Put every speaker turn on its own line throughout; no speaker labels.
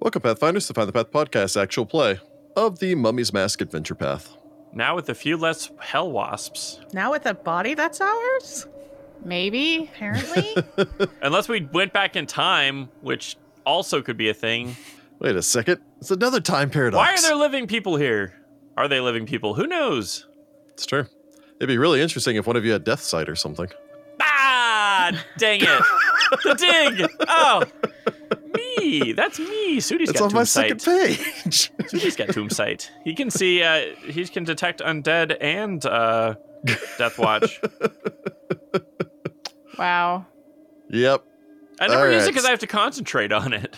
Welcome, Pathfinders, to Find the Path podcast actual play of the Mummy's Mask Adventure Path.
Now with a few less hell wasps.
Now with a body that's ours?
Maybe.
Apparently.
Unless we went back in time, which also could be a thing.
Wait a second. It's another time paradox.
Why are there living people here? Are they living people? Who knows?
It's true. It'd be really interesting if one of you had Death Sight or something.
Ah, dang it. the dig. Oh, me. That's me. Sudi's
it's
got
on my
tomb sight.
second page.
Sudi's got tomb sight. He can see, uh, he can detect undead and uh, death watch.
Wow.
yep.
I never use it
Alright.
because I have to concentrate on it.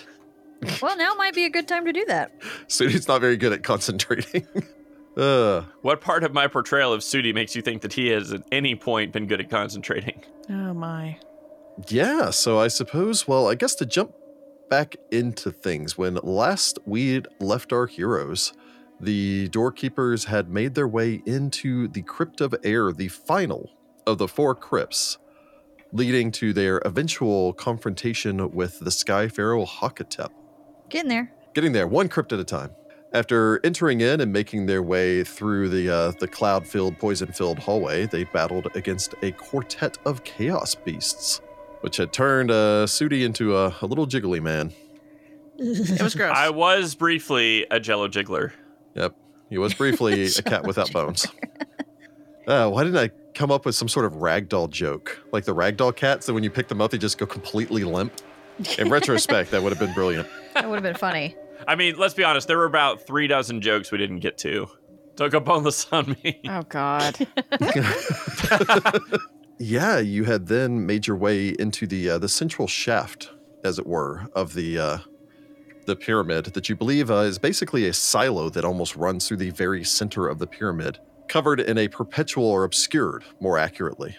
Well, now might be a good time to do that.
Sudi's not very good at concentrating. uh,
What part of my portrayal of Sudi makes you think that he has at any point been good at concentrating?
oh my.
yeah, so I suppose, well, I guess to jump back into things, when last we left our heroes, the doorkeepers had made their way into the Crypt of Air, the final of the four crypts, leading to their eventual confrontation with the Sky Pharaoh Hakatep.
Get in there.
getting there one crypt at a time. After entering in and making their way through the uh, the cloud-filled, poison-filled hallway, they battled against a quartet of chaos beasts, which had turned uh, Sudi into a, a little jiggly man.
It was gross.
I was briefly a jello jiggler.
He was briefly a cat without bones. Uh, why didn't I come up with some sort of ragdoll joke, like the ragdoll cats? That when you pick them up, they just go completely limp. In retrospect, that would have been brilliant.
That would have been funny.
I mean, let's be honest, there were about three dozen jokes we didn't get to. Took up on this on me.
Oh God.
yeah, you had then made your way into the uh, the central shaft, as it were, of the uh, the pyramid that you believe uh, is basically a silo that almost runs through the very center of the pyramid, covered in a perpetual or obscured, more accurately,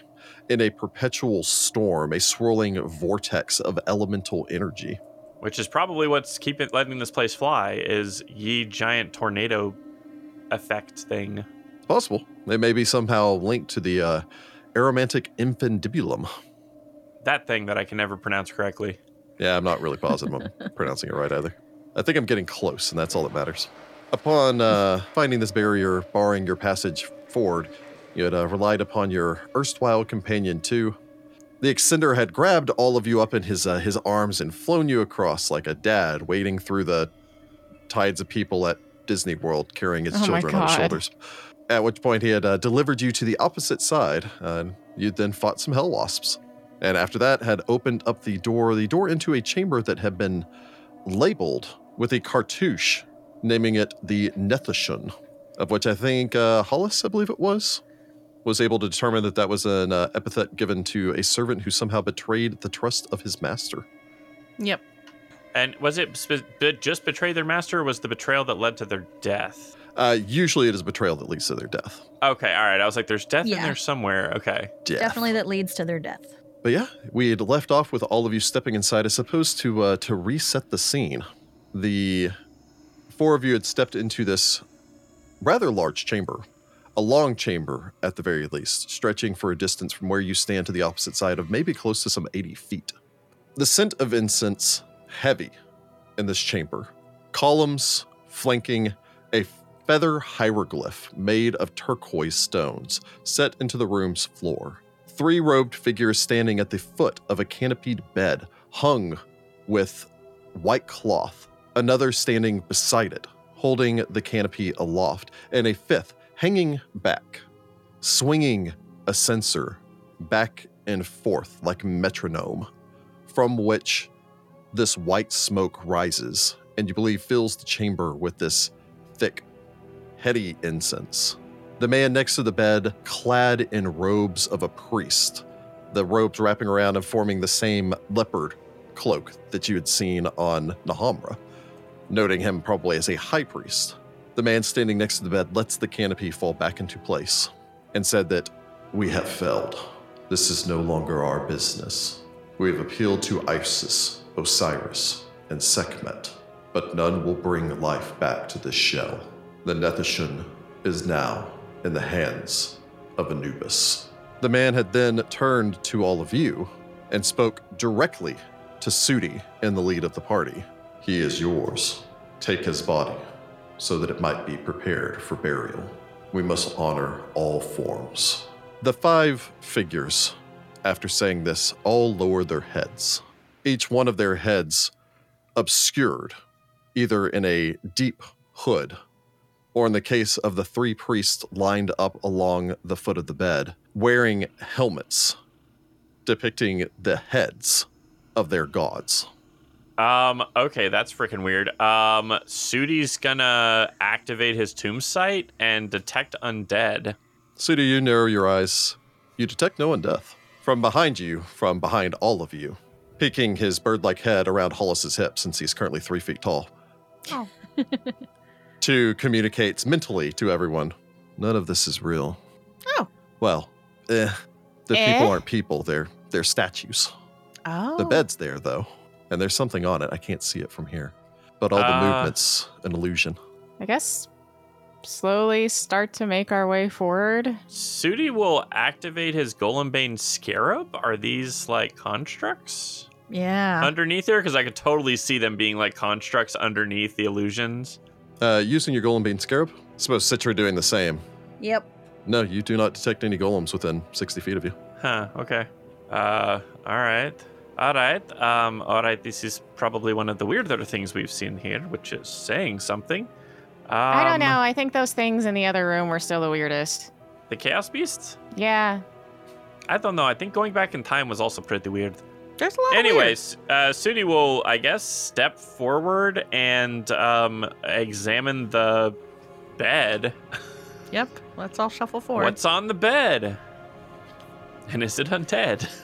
in a perpetual storm, a swirling vortex of elemental energy.
Which is probably what's keeping letting this place fly is ye giant tornado effect thing.
It's possible they may be somehow linked to the uh, aromantic infundibulum.
That thing that I can never pronounce correctly.
Yeah, I'm not really positive I'm pronouncing it right either. I think I'm getting close, and that's all that matters. Upon uh, finding this barrier, barring your passage forward, you had uh, relied upon your erstwhile companion too. The extender had grabbed all of you up in his uh, his arms and flown you across like a dad wading through the tides of people at Disney World carrying his
Oh my
children on his
God.
shoulders. At which point he had uh, delivered you to the opposite side, and you then fought some hell wasps. And after that, had opened up the door, the door into a chamber that had been labeled with a cartouche, naming it the Nethishun, of which I think uh, Hollis, I believe it was, was able to determine that that was an uh, epithet given to a servant who somehow betrayed the trust of his master.
yep.
And was it spe- be- just betray their master or was the betrayal that led to their death?
Uh, usually, it is betrayal that leads to their death.
Okay, all right. I was like, there's death in
Yeah.
there somewhere. Okay.
Death.
Definitely that leads to their death.
But yeah, we had left off with all of you stepping inside. I suppose to uh, to reset the scene, the four of you had stepped into this rather large chamber, a long chamber at the very least, stretching for a distance from where you stand to the opposite side of maybe close to some eighty feet. The scent of incense heavy in this chamber, columns flanking a feather hieroglyph made of turquoise stones set into the room's floor three robed figures standing at the foot of a canopied bed hung with white cloth, another standing beside it, holding the canopy aloft, and a fifth hanging back, swinging a censer back and forth like metronome, from which this white smoke rises and you believe fills the chamber with this thick, heady incense. The man next to the bed, clad in robes of a priest, the robes wrapping around and forming the same leopard cloak that you had seen on Nahamra, noting him probably as a high priest. The man standing next to the bed lets the canopy fall back into place and said that we have failed. This is no longer our business. We have appealed to Isis, Osiris, and Sekhmet, but none will bring life back to this shell. The Nethishun is now in the hands of Anubis. The man had then turned to all of you and spoke directly to Sudi in the lead of the party. He is yours. Take his body, so that it might be prepared for burial. We must honor all forms. The five figures, after saying this, all lower their heads, each one of their heads obscured, either in a deep hood, or in the case of the three priests lined up along the foot of the bed, wearing helmets depicting the heads of their gods.
Um, okay, that's freaking weird. Um, Sudi's gonna activate his tomb site and detect undead.
Suda, you narrow your eyes. You detect no one death. From behind you, from behind all of you, peeking his bird like head around Hollis's hip since he's currently three feet tall.
Oh.
to communicates mentally to everyone. None of this is real.
Oh.
Well, eh. The
Eh?
people aren't people, they're they're statues.
Oh.
The bed's there though, and there's something on it. I can't see it from here. But all the
Uh.
movements an illusion.
I guess slowly start to make our way forward.
Sudi will activate his Golembane Scarab. Are these like constructs
Yeah.
underneath there? Because I could totally see them being like constructs underneath the illusions.
Uh, using your golem bean scarab. Suppose Citra doing the same.
Yep.
No, you do not detect any golems within 60 feet of you.
Huh, okay. Uh, all right. All right. Um, all right. This is probably one of the weirder things we've seen here, which is saying something. Um,
I don't know. I think those things in the other room were still the weirdest.
The Chaos Beasts?
Yeah.
I don't know. I think going back in time was also pretty weird.
There's a lot. of weird-
Anyways, uh, Sudi will, I guess, step forward and um, examine the bed.
Yep. Let's all shuffle forward.
What's on the bed? And is it undead?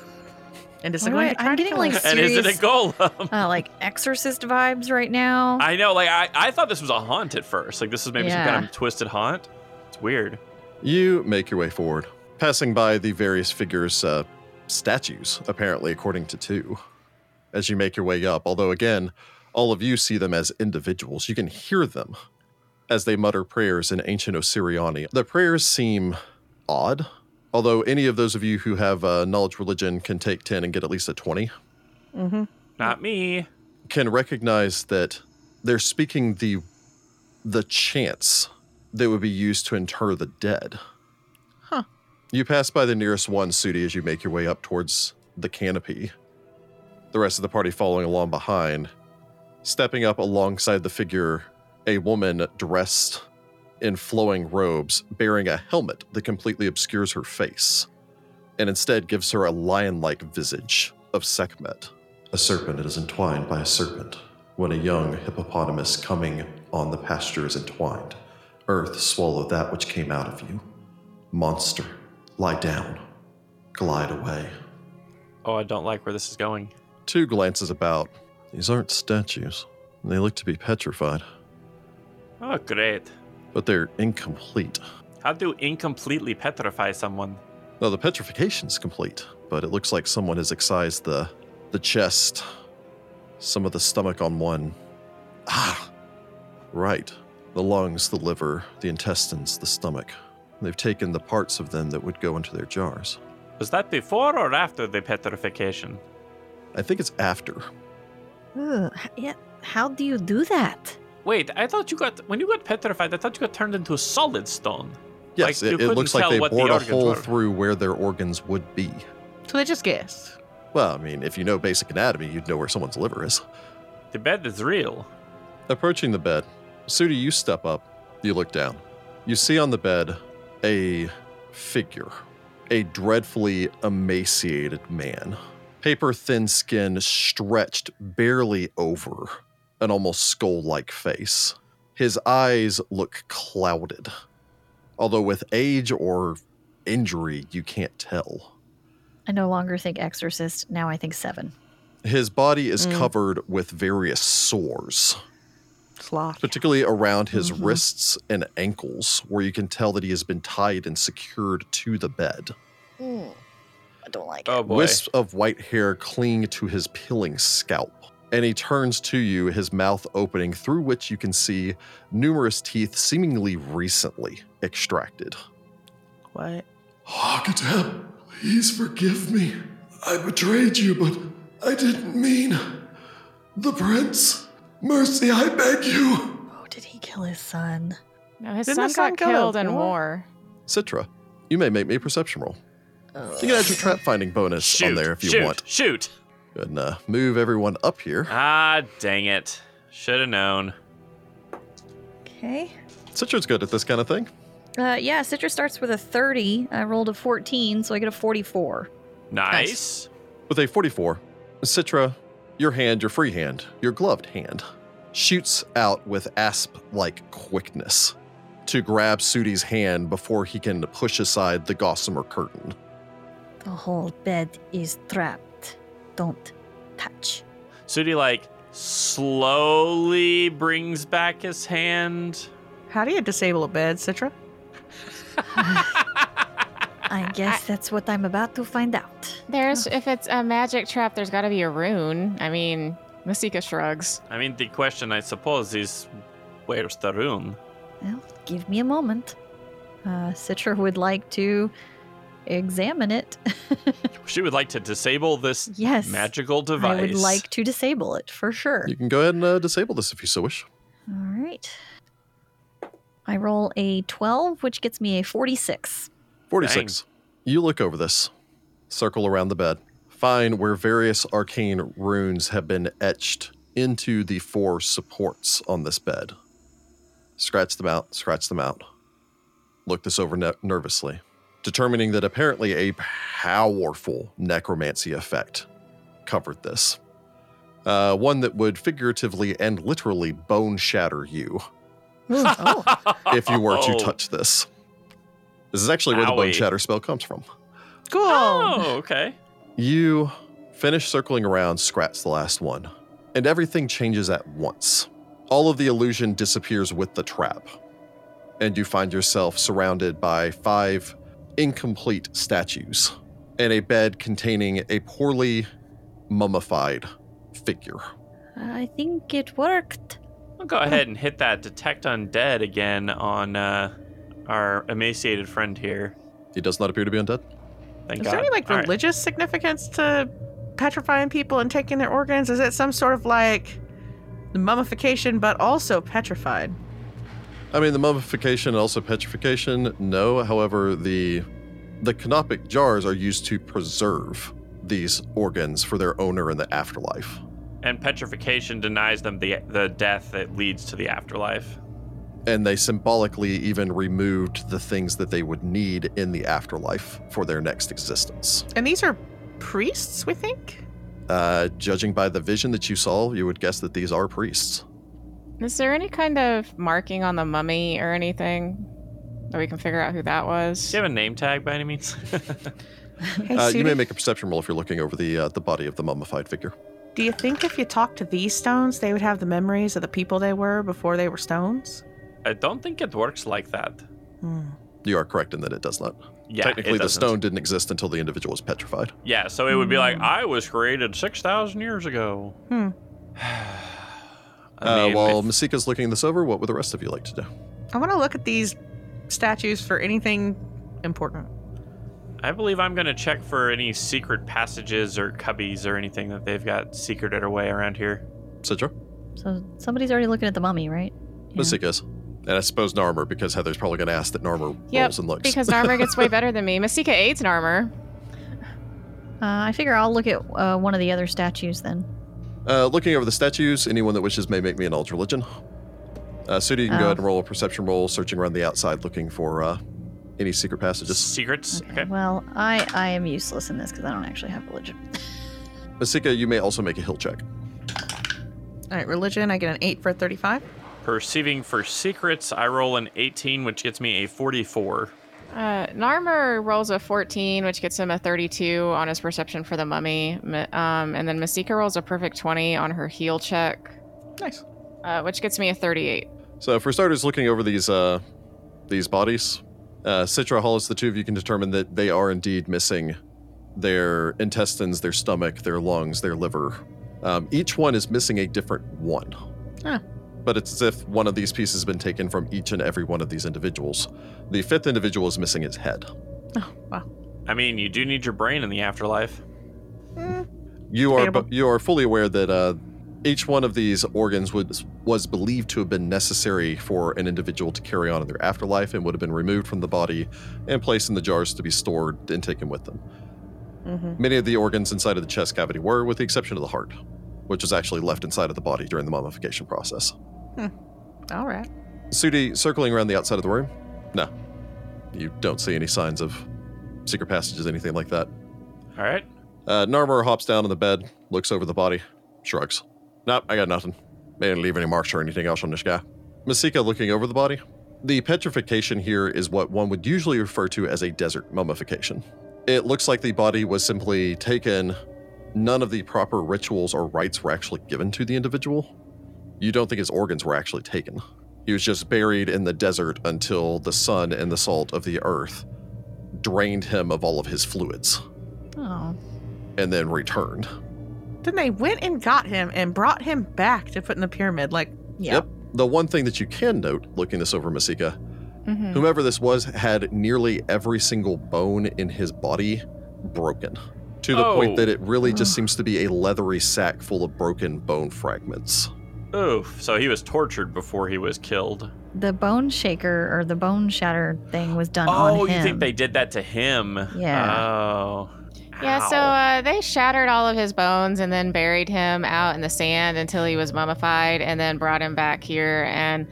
And is it
All
going
right,
to try
I'm
to
getting,
kill
like,
us?
And is it a
Serious?
golem?
Uh, like exorcist vibes right now.
I know, like I, I thought this was a haunt at first. Like this is maybe some kind
Yeah.
of twisted haunt. It's weird.
You make your way forward, passing by the various figures' uh, statues, apparently, according to two, as you make your way up. Although, again, all of you see them as individuals. You can hear them as they mutter prayers in ancient Osiriani. The prayers seem odd, although any of those of you who have uh, knowledge religion can take 10 and get at least a 20,
Mm-hmm.
Not me.
can recognize that they're speaking the the chants that would be used to inter the dead.
Huh.
You pass by the nearest one, Sudi, as you make your way up towards the canopy. The rest of the party following along behind, stepping up alongside the figure, a woman dressed in flowing robes, bearing a helmet that completely obscures her face, and instead gives her a lion-like visage of Sekhmet. A serpent is entwined by a serpent. When a young hippopotamus coming on the pasture is entwined, earth swallow that which came out of you. Monster, lie down, glide away.
Oh, I don't like where this is going.
Two glances about. These aren't statues. They look to be petrified,
Oh, great.
but they're incomplete.
How do incompletely petrify someone?
Now the petrification's complete, but it looks like someone has excised the the chest, some of the stomach on one. Ah, right. The lungs, the liver, the intestines, the stomach. They've taken the parts of them that would go into their jars.
Was that before or after the petrification?
I think it's after.
Ooh, h- yeah. How do you do that?
Wait, I thought you got when you got petrified. I thought you got turned into a solid stone.
Yes,
Like, you
it, it
couldn't
looks like
tell
they
what the
bored a
organs
hole
were.
through where their organs would be.
So they just guessed.
Well, I mean, if you know basic anatomy, you'd know where someone's liver is.
The bed is real.
Approaching the bed, Sudi, you step up. You look down. You see on the bed a figure, a dreadfully emaciated man, paper thin skin stretched barely over an almost skull like face. His eyes look clouded, although with age or injury, you can't tell.
I no longer think exorcist. Now I think seven.
His body is
Mm.
covered with various sores.
Slot.
particularly around his
Mhm.
wrists and ankles, where you can tell that he has been tied and secured to the bed.
Hmm, I don't like
Oh boy.
Wisps of white hair cling to his peeling scalp, and he turns to you, his mouth opening, through which you can see numerous teeth seemingly recently extracted.
What?
Hakatem, please forgive me. I betrayed you, but I didn't mean. The prince, Mercy, I beg you!
Oh, did he kill his son?
No, his
Didn't
son
his son
got
go to
killed in
war?
war.
Citra, you may make me a perception roll.
Oh.
You can add your trap finding bonus
Shoot,
on there if you
shoot,
want.
Shoot!
Go ahead and uh, move everyone up here.
Ah, dang it! Should have known.
Okay.
Citra's good at this kind of thing.
Uh, yeah, Citra starts with a 30. I rolled a 14, so I get a 44.
Nice.
With a 44, Citra, your hand, your free hand, your gloved hand, shoots out with asp like quickness to grab Sudi's hand before he can push aside the gossamer curtain.
The whole bed is trapped. Don't touch.
Sudi like slowly brings back his hand.
How do you disable a bed, Citra?
I guess that's what I'm about to find out.
There's if it's a magic trap, there's got to be a rune. I mean, Masika shrugs.
I mean, the question I suppose is, where's the room?
Well, give me a moment. Uh, Citra would like to examine it.
She would like to disable this
yes.
magical device.
I would like to disable it for sure.
You can go ahead and uh, disable this if you so wish.
All right. I roll a 12, which gets me a 46.
46. You look over this, circle around the bed, find where various arcane runes have been etched into the four supports on this bed. Scratch them out, scratch them out. Look this over ne- nervously, determining that apparently a powerful necromancy effect covered this. Uh, one that would figuratively and literally bone shatter you
oh,
if you were to touch this. This is actually where the bone
Oh. Owie.
shatter spell comes from.
Cool.
Oh, okay.
You finish circling around, scratch the last one, and everything changes at once. All of the illusion disappears with the trap, and you find yourself surrounded by five incomplete statues and a bed containing a poorly mummified figure.
Uh, I think it worked.
I'll go ahead and hit that detect undead again on uh, our emaciated friend here.
He does not appear to be undead.
Thank
Is
God.
there any like
All right.
religious significance to petrifying people and taking their organs? Is it some sort of like mummification, but also petrified?
I mean, the mummification and also petrification, no. However, the the canopic jars are used to preserve these organs for their owner in the afterlife.
And petrification denies them the the death that leads to the afterlife.
and they symbolically even removed the things that they would need in the afterlife for their next existence.
And these are priests, we think.
Uh, judging by the vision that you saw, you would guess that these are priests.
Is there any kind of marking on the mummy or anything that we can figure out who that was?
Do you have a name tag by any means?
Hey,
Uh, you may
Sudi,
make a perception roll if you're looking over the uh, the body of the mummified figure.
do you think if you talk to these stones, they would have the memories of the people they were before they were stones?
I don't think it works like that.
Hmm.
You are correct in that it does not.
Yeah, it
Technically, the
doesn't.
stone didn't exist until the individual was petrified.
Yeah, so it would be like
Mm.
I was created six thousand years ago.
Hmm.
I mean,
uh, while
if-
Masika's looking this over, what would the rest of you like to do?
I want to look at these statues for anything important.
I believe I'm going to check for any secret passages or cubbies or anything that they've got secreted away around here.
Citra?
So somebody's already looking at the mummy, right?
Masika's. And I suppose Narmer, because Heather's probably going to ask that Narmer
Yep,
rolls and looks.
Because Narmer gets way better than me. Masika aids Narmer.
Uh, I figure I'll look at uh, one of the other statues then.
Uh, looking over the statues, anyone that wishes may make me an ultra religion. Uh, Sudi, you can go
Oh.
ahead and roll a perception roll, searching around the outside looking for uh, any secret passages.
Secrets?
Mm.
Okay. Well, I I am useless in this because I don't actually have religion.
Masika, you may also make a hill check.
All right, religion. I get an eight for a thirty-five.
Perceiving for secrets, I roll an 18, which gets me a 44.
Uh, Narmer rolls a 14, which gets him a 32 on his perception for the mummy. M- Um, and then Masika rolls a perfect 20 on her heal check,
Nice.
uh, which gets me a 38.
So, for starters, looking over these uh, these bodies, uh, Citra, Hollis, the two of you can determine that they are indeed missing their intestines, their stomach, their lungs, their liver. Um, each one is missing a different one.
Huh.
But it's as if one of these pieces has been taken from each and every one of these individuals. The fifth individual is missing his head.
Oh wow.
I mean, you do need your brain in the afterlife.
You are
Debatable.
bu- you are fully aware that uh, Each one of these organs was, was believed to have been necessary for an individual to carry on in their afterlife and would have been removed from the body and placed in the jars to be stored and taken with them.
Mm-hmm.
Many of the organs inside of the chest cavity were, with the exception of the heart, which was actually left inside of the body during the mummification process.
All right.
Sudi, circling around the outside of the room, no. You don't see any signs of secret passages, anything like that.
All right.
Uh, Narmer hops down on the bed, looks over the body, shrugs. Nope, I got nothing. They didn't leave any marks or anything else on this guy. Masika looking over the body. The petrification here is what one would usually refer to as a desert mummification. It looks like the body was simply taken, none of the proper rituals or rites were actually given to the individual. You don't think his organs were actually taken. He was just buried in the desert until the sun and the salt of the earth drained him of all of his fluids
Oh,
and then returned.
Then they went and got him and brought him back to put in the pyramid. Like,
yeah.
Yep. The one thing that you can note looking this over, Masika,
hmm
whomever this was had nearly every single bone in his body broken to the
Oh.
point that it really just
Ugh.
seems to be a leathery sack full of broken bone fragments.
Oof. So he was tortured before he was killed.
The bone shaker or the bone shatter thing was done on him.
Oh, you think they did that to him?
Yeah.
Oh.
Yeah, so
Ow.
uh, they shattered all of his bones and then buried him out in the sand until he was mummified and then brought him back here and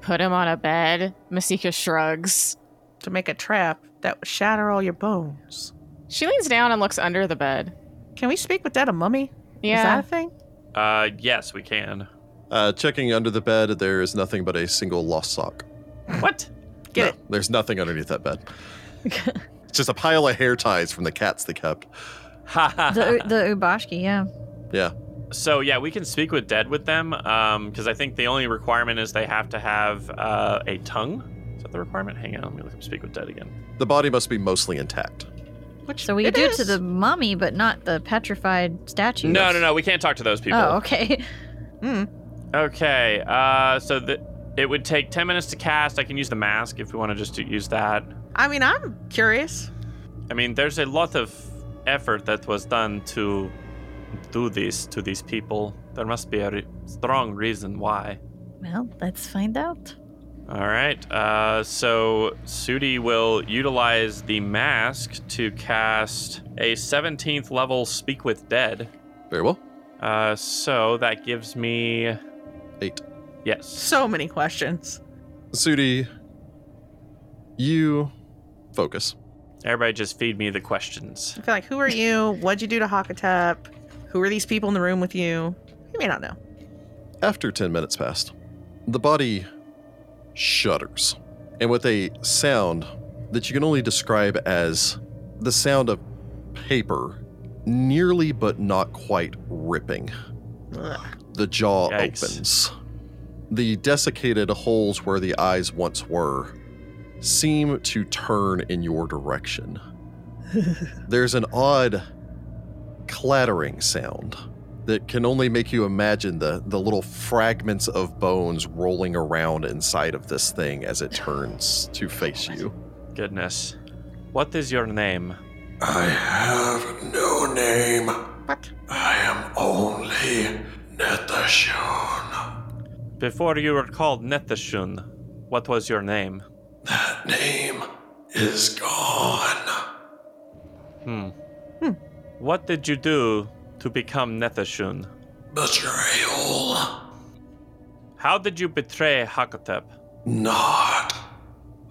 put him on a bed. Masika shrugs.
to make a trap that would shatter all your bones.
She leans down and looks under the bed.
Can we speak with that a mummy? Is
Yeah.
that a thing?
Uh, yes, we can.
Uh, checking under the bed, there is nothing but a single lost sock.
What?
Get
No,
it.
There's nothing underneath that bed. it's just a pile of hair ties from the cats they kept.
Ha ha.
the
ha.
the Ubashki, yeah.
So yeah, we can speak with dead with them because I think the only requirement is they have to have uh, a tongue. Is that the requirement? Hang on, let me look up speak with dead again.
The body must be mostly intact.
Which
So we
it
do
is.
to the mummy, but not the petrified statue.
No, no, no. We can't talk to those people.
Oh, okay.
Mm.
Okay. Uh, so the, it would take ten minutes to cast. I can use the mask if we want to just do- use that.
I mean, I'm curious.
I mean, there's a lot of effort that was done to do this to these people. There must be a re- strong reason why.
Well, let's find out.
All right. Uh, so Sudi will utilize the mask to cast a 17th level Speak with Dead.
Very well.
Uh, so that gives me
Eight.
Yes.
So many questions.
Sudi, you focus.
everybody just feed me the questions.
I feel like, who are you? What'd you do to Hakatep? Who are these people in the room with you? You may not know.
After 10 minutes passed, the body shudders, and with a sound that you can only describe as the sound of paper nearly but not quite ripping.
Ugh.
The jaw
Yikes.
opens. The desiccated holes where the eyes once were seem to turn in your direction. There's an odd clattering sound that can only make you imagine the, the little fragments of bones rolling around inside of this thing as it turns to face you.
Goodness. What is your name?
I have no name.
What?
I am only Netashon.
Before you were called Netashun, what was your name?
That name is gone.
Hmm.
Hmm.
What did you do to become Netashun?
Betrayal.
How did you betray Hakatep?
Not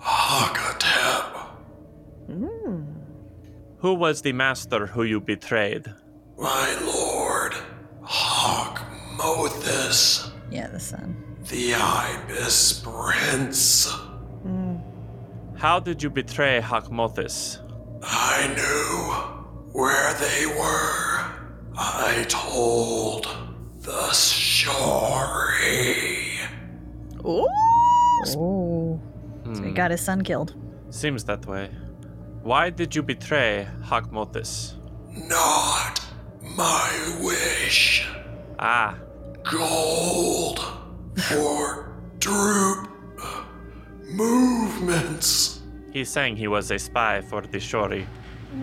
Hakatep.
Mm.
Who was the master who you betrayed?
My lord, Hawkmothus,
Yeah, the sun.
the Ibis Prince.
Mm.
How did you betray Hakmothis?
I knew where they were. I told the story.
Ooh.
Oh, so he
Hmm,
got his son killed.
Seems that way. Why did you betray Hakmothis?
Not my wish.
Ah,
Gold for troop movements.
he sang he was a spy for the Shori.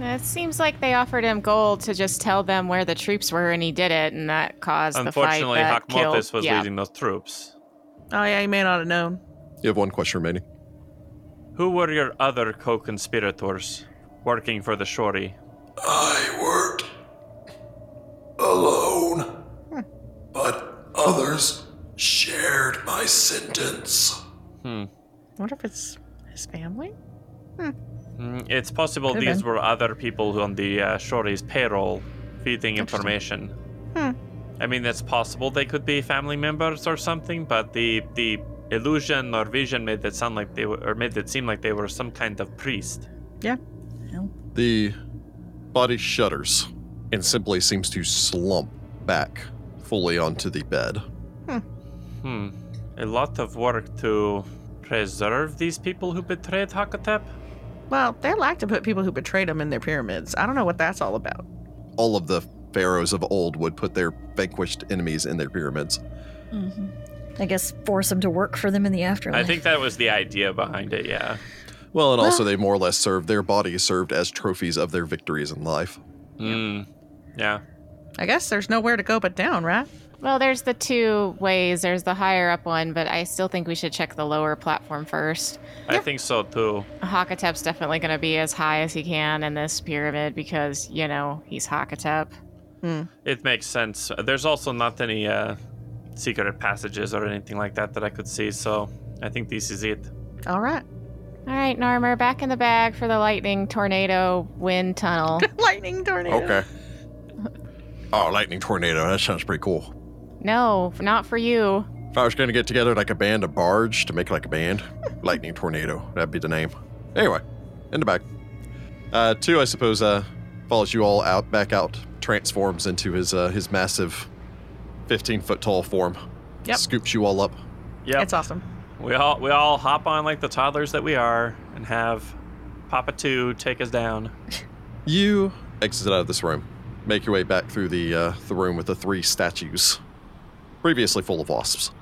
It seems like they offered him gold to just tell them where the troops were, and he did it, and that caused the fight
Unfortunately,
that killed.
Hakmothis was
yeah.
leading those troops.
Oh yeah, you may not have known.
You have one question remaining.
Who were your other co-conspirators working for the Shori?
I worked alone, but others shared my sentence.
I wonder if it's his family.
Mm, It's possible
Could've
these
been.
were other people who on the uh, Shori's payroll feeding information.
Hmm.
I mean, it's possible they could be family members or something, but the the illusion or vision made it sound like they were, or made it seem like they were some kind of priest.
The body shudders and simply seems to slump back fully onto the bed.
Hmm. A lot of work to preserve these people who betrayed Hakatep.
Well, they like to put people who betrayed them in their pyramids. I don't know what that's all about.
All of the pharaohs of old would put their vanquished enemies in their pyramids.
I guess force them to work for them in the afterlife.
I think that was the idea behind it. Yeah.
Well, and also they more or less served their bodies served as trophies of their victories in life.
Mm. Yeah.
I guess there's nowhere to go but down, right?
Well, there's the two ways. There's the higher up one, but I still think we should check the lower platform first.
I think so too.
Hakatep's definitely going to be as high as he can in this pyramid because, you know, he's Hakatep.
It makes sense. There's also not any uh, secret passages or anything like that that I could see, so I think this is it.
All right.
All right, Narmer, back in the bag for the lightning tornado wind tunnel.
Lightning tornado.
Oh, lightning tornado. That sounds pretty cool.
no, not for you.
If I was going to get together like a band of barge to make like a band, lightning tornado, that'd be the name. Anyway, in the back. Uh, two, I suppose, uh, follows you all out back out, transforms into his uh, his massive, fifteen foot tall form.
Yep.
Scoops you all up.
Yep.
It's awesome.
we all we all hop on like the toddlers that we are and have Papa Two take us down.
You exit out of this room, make your way back through the uh, the room with the three statues, previously full of wasps.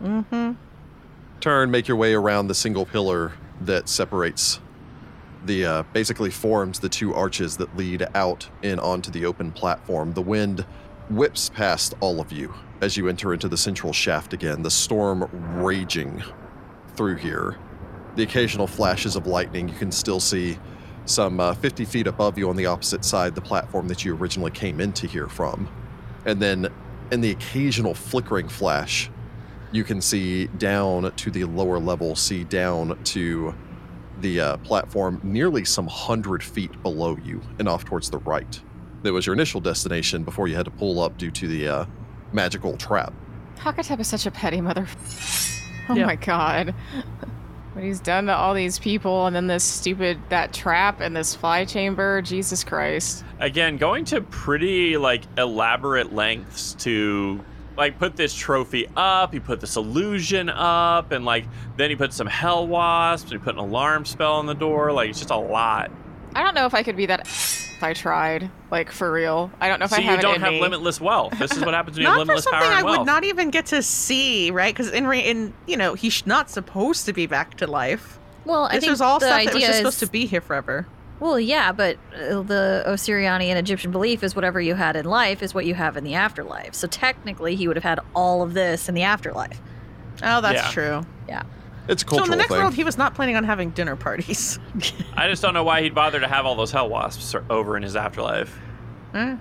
Mm-hmm.
turn, make your way around the single pillar that separates the uh, basically forms the two arches that lead out and onto the open platform. The wind whips past all of you as you enter into the central shaft again, the storm raging through here. The occasional flashes of lightning you can still see some uh, 50 feet above you on the opposite side, the platform that you originally came into here from. And then in the occasional flickering flash, you can see down to the lower level, see down to the uh, platform nearly some hundred feet below you and off towards the right. That was your initial destination before you had to pull up due to the uh, magical trap.
Hakatep is such a petty mother. Oh
Yeah.
my god. What he's done to all these people and then this stupid that trap and this fly chamber. Jesus Christ.
Again, going to pretty like elaborate lengths to like put this trophy up, he put this illusion up, and like then he put some hell wasps, and he put an alarm spell on the door, like it's just a lot.
I don't know if I could be that if I tried. Like for real. I don't know if I
See,
have
you
it
don't
in
have
me.
limitless wealth. This is what happens when you have
Not for
limitless
something
power and
I
wealth.
would not even get to see, right? Because in, re- in you know, he's not supposed to be back to life.
well, I
this
think
was all
the
stuff that was
idea
just
is,
supposed to be here forever.
Well, yeah, but uh, the Osiriani and Egyptian belief is whatever you had in life is what you have in the afterlife. So technically, he would have had all of this in the afterlife.
Oh, that's
Yeah.
true.
It's a
so in
cultural
the next
thing.
world, he was not planning on having dinner parties.
I just don't know why he'd bother to have all those hell wasps or- over in his afterlife.
Mm.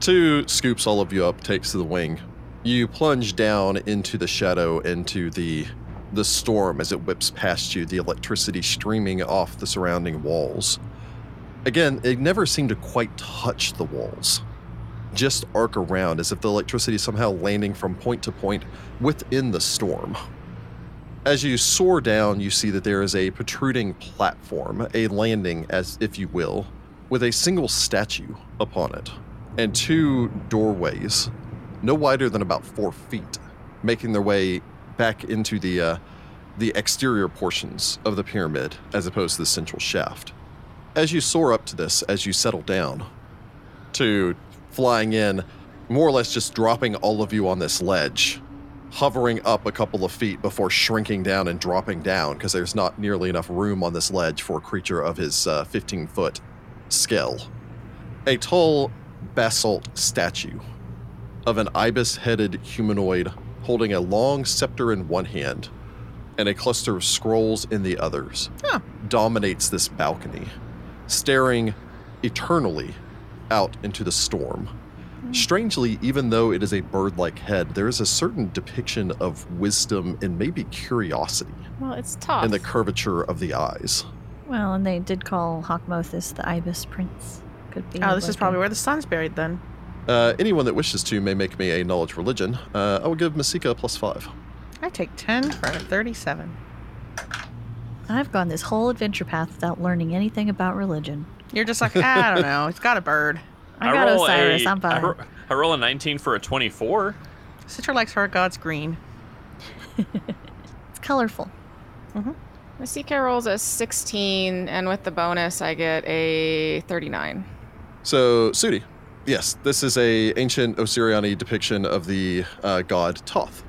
Two scoops all of you up, takes to the wing. You plunge down into the shadow, into the the storm as it whips past you, the electricity streaming off the surrounding walls. Again, it never seemed to quite touch the walls. Just arc around as if the electricity somehow landing from point to point within the storm. As you soar down, you see that there is a protruding platform, a landing, as if you will, with a single statue upon it and two doorways, no wider than about four feet, making their way back into the uh, the exterior portions of the pyramid as opposed to the central shaft. As you soar up to this, as you settle down, to flying in, more or less just dropping all of you on this ledge, hovering up a couple of feet before shrinking down and dropping down because there's not nearly enough room on this ledge for a creature of his uh, 15 foot Skell, a tall basalt statue of an ibis headed humanoid holding a long scepter in one hand and a cluster of scrolls in the others,
Huh.
dominates this balcony, staring eternally out into the storm. Strangely, even though it is a bird like head, there is a certain depiction of wisdom and maybe curiosity
Well, it's tough.
in the curvature of the eyes.
Well, and they did call Hawkmothus the Ibis Prince. Could be.
Oh, this is
like
probably
a-
where the sun's buried then.
Uh, anyone that wishes to may make me a knowledge religion. Uh, I will give Masika a plus five.
I take 10 for 37.
I've gone this whole adventure path without learning anything about religion.
You're just like, "Ah, I don't know. It's got a bird.
I, got
roll
Osiris.
a-
i I'm
I
fine.
ro- I roll a 19 for a 24.
Citra likes her gods green.
it's colorful.
Masika rolls a 16, and with the bonus, I get a 39.
So, Sudi, yes, this is a ancient Osiriani depiction of the uh, god Toth,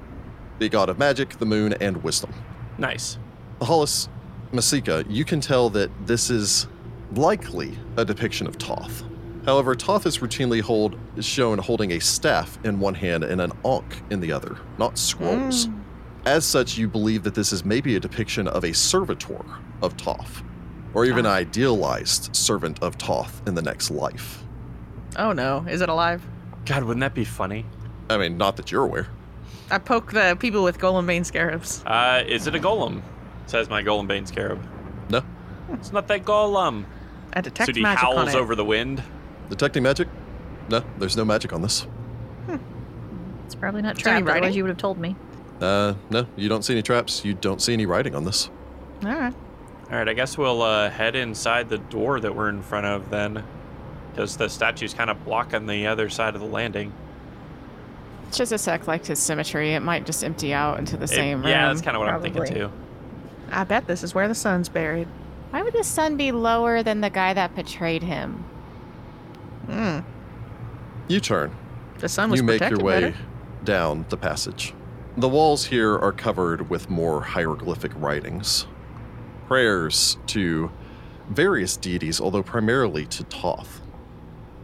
the god of magic, the moon, and wisdom.
Nice.
Hollis Masika, you can tell that this is likely a depiction of Toth. However, Toth is routinely hold, shown holding a staff in one hand and an ankh in the other, not scrolls.
Mm.
As such, you believe that this is maybe a depiction of a servitor of Toth, or even an idealized servant of Toth in the next life.
Oh no. Is it alive?
God, wouldn't that be funny?
I mean, not that you're aware.
I poke the people with golem vein scarabs.
Uh, is it a golem? Says my golem bane scarab.
No.
It's not that golem.
I detect
Sudi
magic on
howls
it.
over the wind.
Detecting magic? No, there's no magic on this.
It's probably not
Is there any
trapped, otherwise
writing?
you would have told me.
Uh, no, you don't see any traps. You don't see any writing on this.
All right.
All right, I guess we'll uh, head inside the door that we're in front of then, because the statue's kind of blocking the other side of the landing.
Chisisek liked his symmetry. It might just empty out into the
It-
same room.
yeah, that's kind of what I'm
probably.
thinking too.
I bet this is where the sun's buried.
Why would the sun be lower than the guy that betrayed him?
Mm.
You turn.
The sun was
You make
protected
your way
better.
down the passage. The walls here are covered with more hieroglyphic writings, prayers to various deities, although primarily to Toth.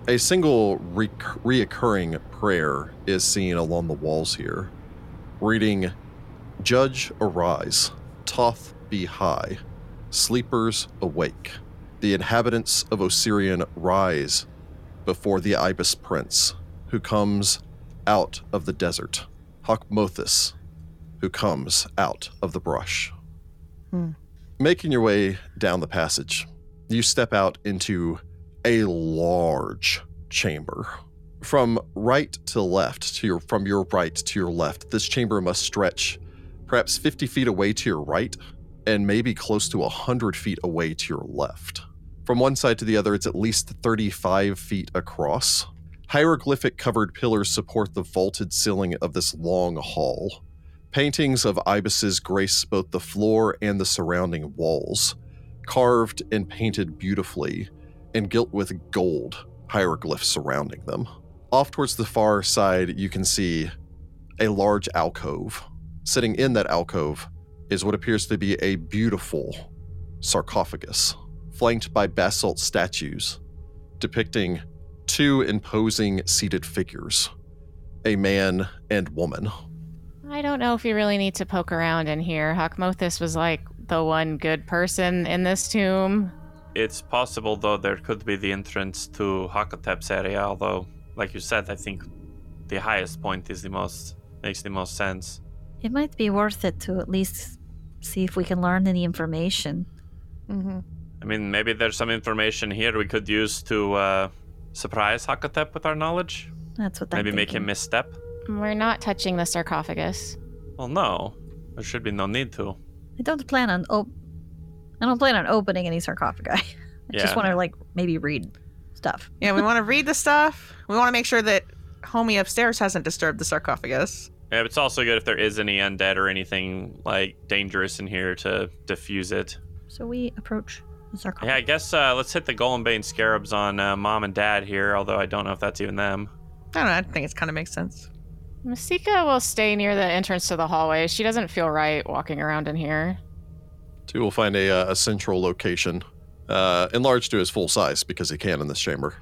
A single re- reoccurring prayer is seen along the walls here, reading Judge arise, Toth be high, sleepers awake. The inhabitants of Osirian rise before the Ibis Prince, who comes out of the desert, Hawkmothus, who comes out of the brush.
Hmm.
Making your way down the passage, you step out into a large chamber. From right to left, to your from your right to your left, this chamber must stretch perhaps 50 feet away to your right and maybe close to 100 feet away to your left. From one side to the other, it's at least 35 feet across. Hieroglyphic covered pillars support the vaulted ceiling of this long hall. Paintings of ibises grace both the floor and the surrounding walls, carved and painted beautifully and gilt with gold hieroglyphs surrounding them. Off towards the far side, you can see a large alcove. Sitting in that alcove is what appears to be a beautiful sarcophagus, flanked by basalt statues depicting two imposing seated figures a man and woman.
I don't know if you really need to poke around in here. Hakmothus was like the one good person in this tomb.
It's possible though there could be the entrance to Hakotep's area, although, like you said, I think the highest point is the most makes the most sense.
It might be worth it to at least see if we can learn any information.
Mm-hmm.
I mean, maybe there's some information here we could use to uh, surprise Hakotep with our knowledge.
That's what that.
Maybe make him misstep.
We're not touching the sarcophagus.
Well, no, there should be no need to.
I don't plan on op- I don't plan on opening any sarcophagi. I
Yeah.
just want to like maybe read stuff.
Yeah, we want to read the stuff. We want to make sure that homie upstairs hasn't disturbed the sarcophagus.
Yeah, but it's also good if there is any undead or anything like dangerous in here to diffuse it.
So we approach the sarcophagus.
Yeah, I guess uh, let's hit the Golembane scarabs on uh, mom and dad here, although I don't know if that's even them.
I don't know. I think it kind of makes sense.
Masika will stay near the entrance to the hallway. She doesn't feel right walking around in here.
Two will find a, uh, a central location uh, enlarged to his full size because he can in this chamber.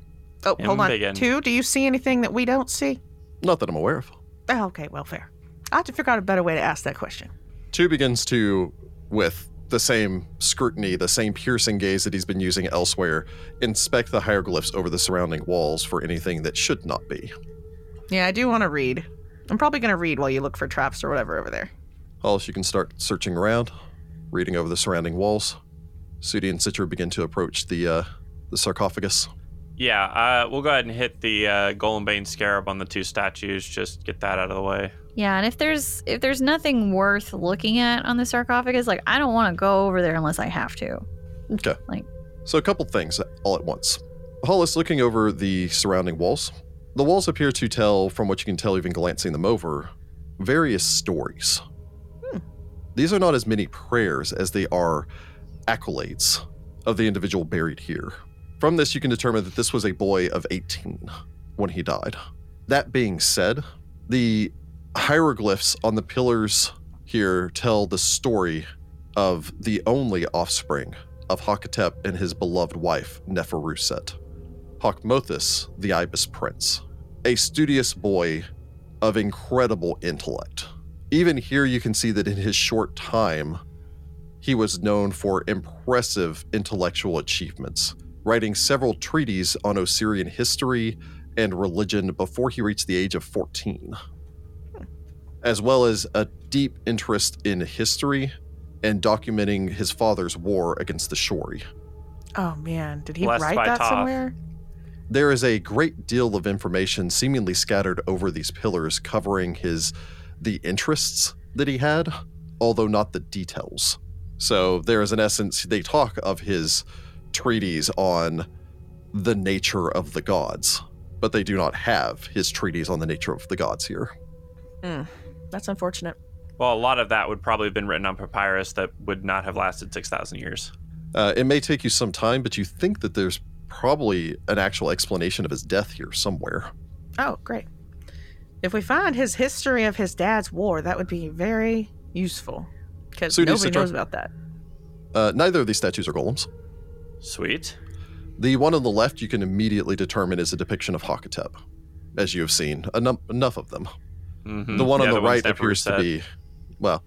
Oh, hold on.
Embiggen.
Two, do you see anything that we don't see?
Not that I'm aware of.
Oh, okay, well, fair. I have to figure out a better way to ask that question.
Two begins to, with the same scrutiny, the same piercing gaze that he's been using elsewhere, inspect the hieroglyphs over the surrounding walls for anything that should not be.
Yeah, I do want to read. I'm probably going to read while you look for traps or whatever over there.
Hollis, you can start searching around, reading over the surrounding walls. Sudi and Citra begin to approach the uh, the sarcophagus.
Yeah, uh, we'll go ahead and hit the uh, Golem Bane Scarab on the two statues. Just get that out of the way.
Yeah, and if there's if there's nothing worth looking at on the sarcophagus, like I don't want to go over there unless I have to.
Okay.
Like-
So a couple things all at once. Hollis looking over the surrounding walls. The walls appear to tell, from what you can tell even glancing them over, various stories. These are not as many prayers as they are accolades of the individual buried here. From this, you can determine that this was a boy of 18 when he died. That being said, the hieroglyphs on the pillars here tell the story of the only offspring of Hakatep and his beloved wife, Neferuset. Hakmothis, the Ibis Prince, a studious boy of incredible intellect. Even here, you can see that in his short time, he was known for impressive intellectual achievements, writing several treatises on Osirian history and religion before he reached the age of 14, as well as a deep interest in history and documenting his father's war against the Shori.
Oh, man. Did he
Blessed
write
by
that
Toph.
somewhere?
There is a great deal of information seemingly scattered over these pillars covering his the interests that he had, although not the details. So there is in essence they talk of his treatise on the nature of the gods, but they do not have his treatise on the nature of the gods here.
That's unfortunate.
Well, a lot of that would probably have been written on papyrus that would not have lasted 6,000 years.
Uh, it may take you some time, but you think that there's probably an actual explanation of his death here somewhere.
Oh, great. If we find his history of his dad's war, that would be very useful because
Sudi
nobody
Sitra.
knows about that.
Uh, neither of these statues are golems.
Sweet.
The one on the left you can immediately determine is a depiction of Hakatep, as you have seen enou- enough of them.
Mhm.
The one on the,
other one's
right appears to
Neferuset.
be, well,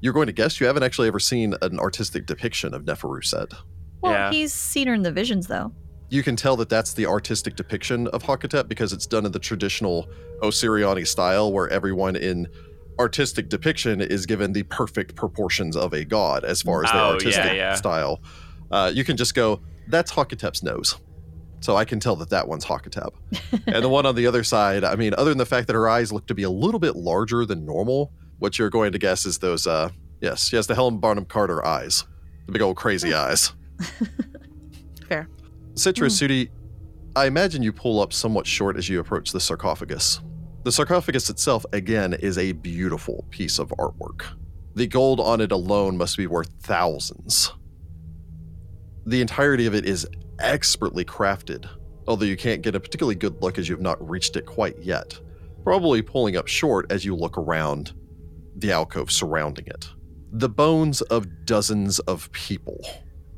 you're going to guess you haven't actually ever seen an artistic depiction of Neferuset.
Well,
Yeah.
he's seen her in the visions though.
You can tell that that's the artistic depiction of Hakatep because it's done in the traditional Osiriani style where everyone in artistic depiction is given the perfect proportions of a god as far as their
Oh, yeah,
artistic
yeah.
style. Uh, you can just go, that's Hakatep's nose. So I can tell that that one's Hakatep. and the one on the other side, I mean, other than the fact that her eyes look to be a little bit larger than normal, what you're going to guess is those, uh, yes, she has the Helen Barnum Carter eyes, the big old crazy eyes.
Fair.
Citra Sudi, I imagine you pull up somewhat short as you approach the sarcophagus. The sarcophagus itself, again, is a beautiful piece of artwork. The gold on it alone must be worth thousands. The entirety of it is expertly crafted, although you can't get a particularly good look as you have not reached it quite yet, probably pulling up short as you look around the alcove surrounding it. The bones of dozens of people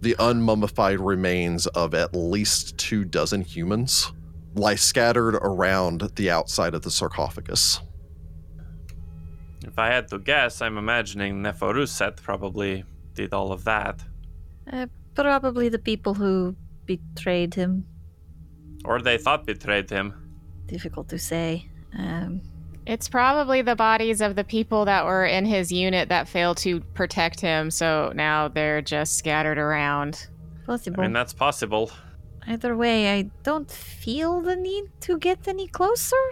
the unmummified remains of at least two dozen humans lie scattered around the outside of the sarcophagus.
If I had to guess, I'm imagining Neferuset probably did all of that.
Probably the people who betrayed him.
Or they thought betrayed him.
Difficult to say. Um,
It's probably the bodies of the people that were in his unit that failed to protect him, so now they're just scattered around.
possible.
I mean, that's possible.
Either way, I don't feel the need to get any closer.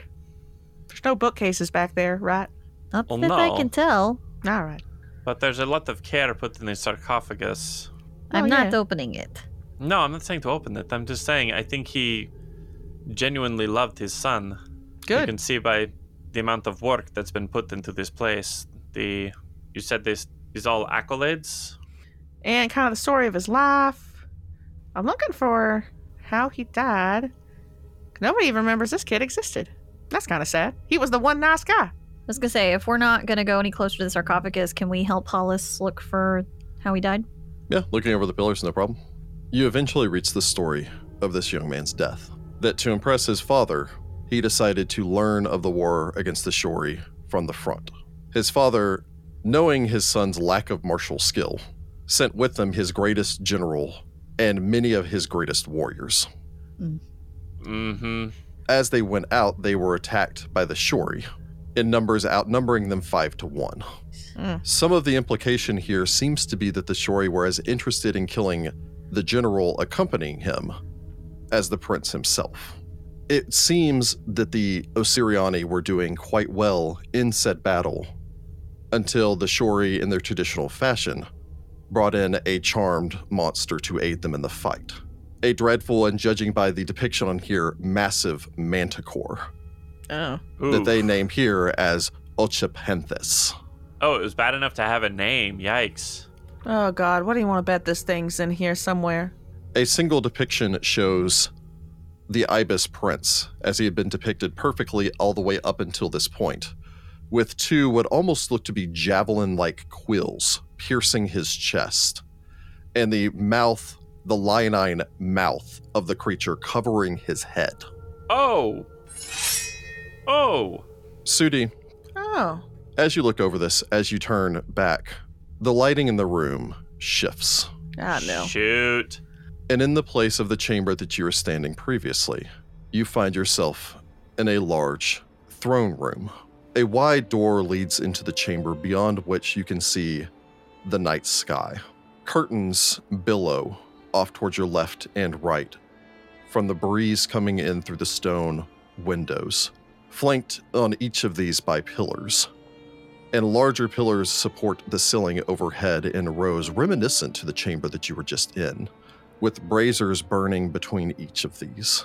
There's no bookcases back there, right?
Not
Well,
that I
no.
can tell.
All right.
But there's a lot of care put in the sarcophagus.
I'm
Oh,
not
yeah.
opening it.
No, I'm not saying to open it. I'm just saying I think he genuinely loved his son. You
Good.
can see by the amount of work that's been put into this place. The you said this is all accolades.
and kind of the story of his life. I'm looking for how he died. Nobody even remembers this kid existed. That's kind of sad. He was the one nice guy.
I was gonna say, if we're not gonna go any closer to the sarcophagus, can we help Hollis look for how he died?
Yeah, looking over the pillars, no problem. You eventually reach the story of this young man's death. That to impress his father, he decided to learn of the war against the Shori from the front. His father, knowing his son's lack of martial skill, sent with them his greatest general and many of his greatest warriors.
Mm-hmm.
As they went out, they were attacked by the Shori, in numbers outnumbering them five to one.
Mm.
Some of the implication here seems to be that the Shori were as interested in killing the general accompanying him as the prince himself. It seems that the Osiriani were doing quite well in said battle until the Shori, in their traditional fashion, brought in a charmed monster to aid them in the fight a dreadful and judging by the depiction on here massive manticore
Oh.
that they name here as Ochepenthes.
Oh, it was bad enough to have a name. Yikes.
Oh God, what do you want to bet this thing's in here somewhere?
A single depiction shows the ibis prince as he had been depicted perfectly all the way up until this point, with two what almost look to be javelin like quills piercing his chest, and the mouth, the lionine mouth of the creature covering his head.
Oh. Oh.
Sudi,
Oh.
As you look over this, as you turn back, the lighting in the room shifts.
Ah no.
Shoot.
And in the place of the chamber that you were standing previously, you find yourself in a large throne room. A wide door leads into the chamber beyond which you can see the night sky. Curtains billow off towards your left and right from the breeze coming in through the stone windows, flanked on each of these by pillars. And larger pillars support the ceiling overhead in rows reminiscent to the chamber that you were just in with braziers burning between each of these.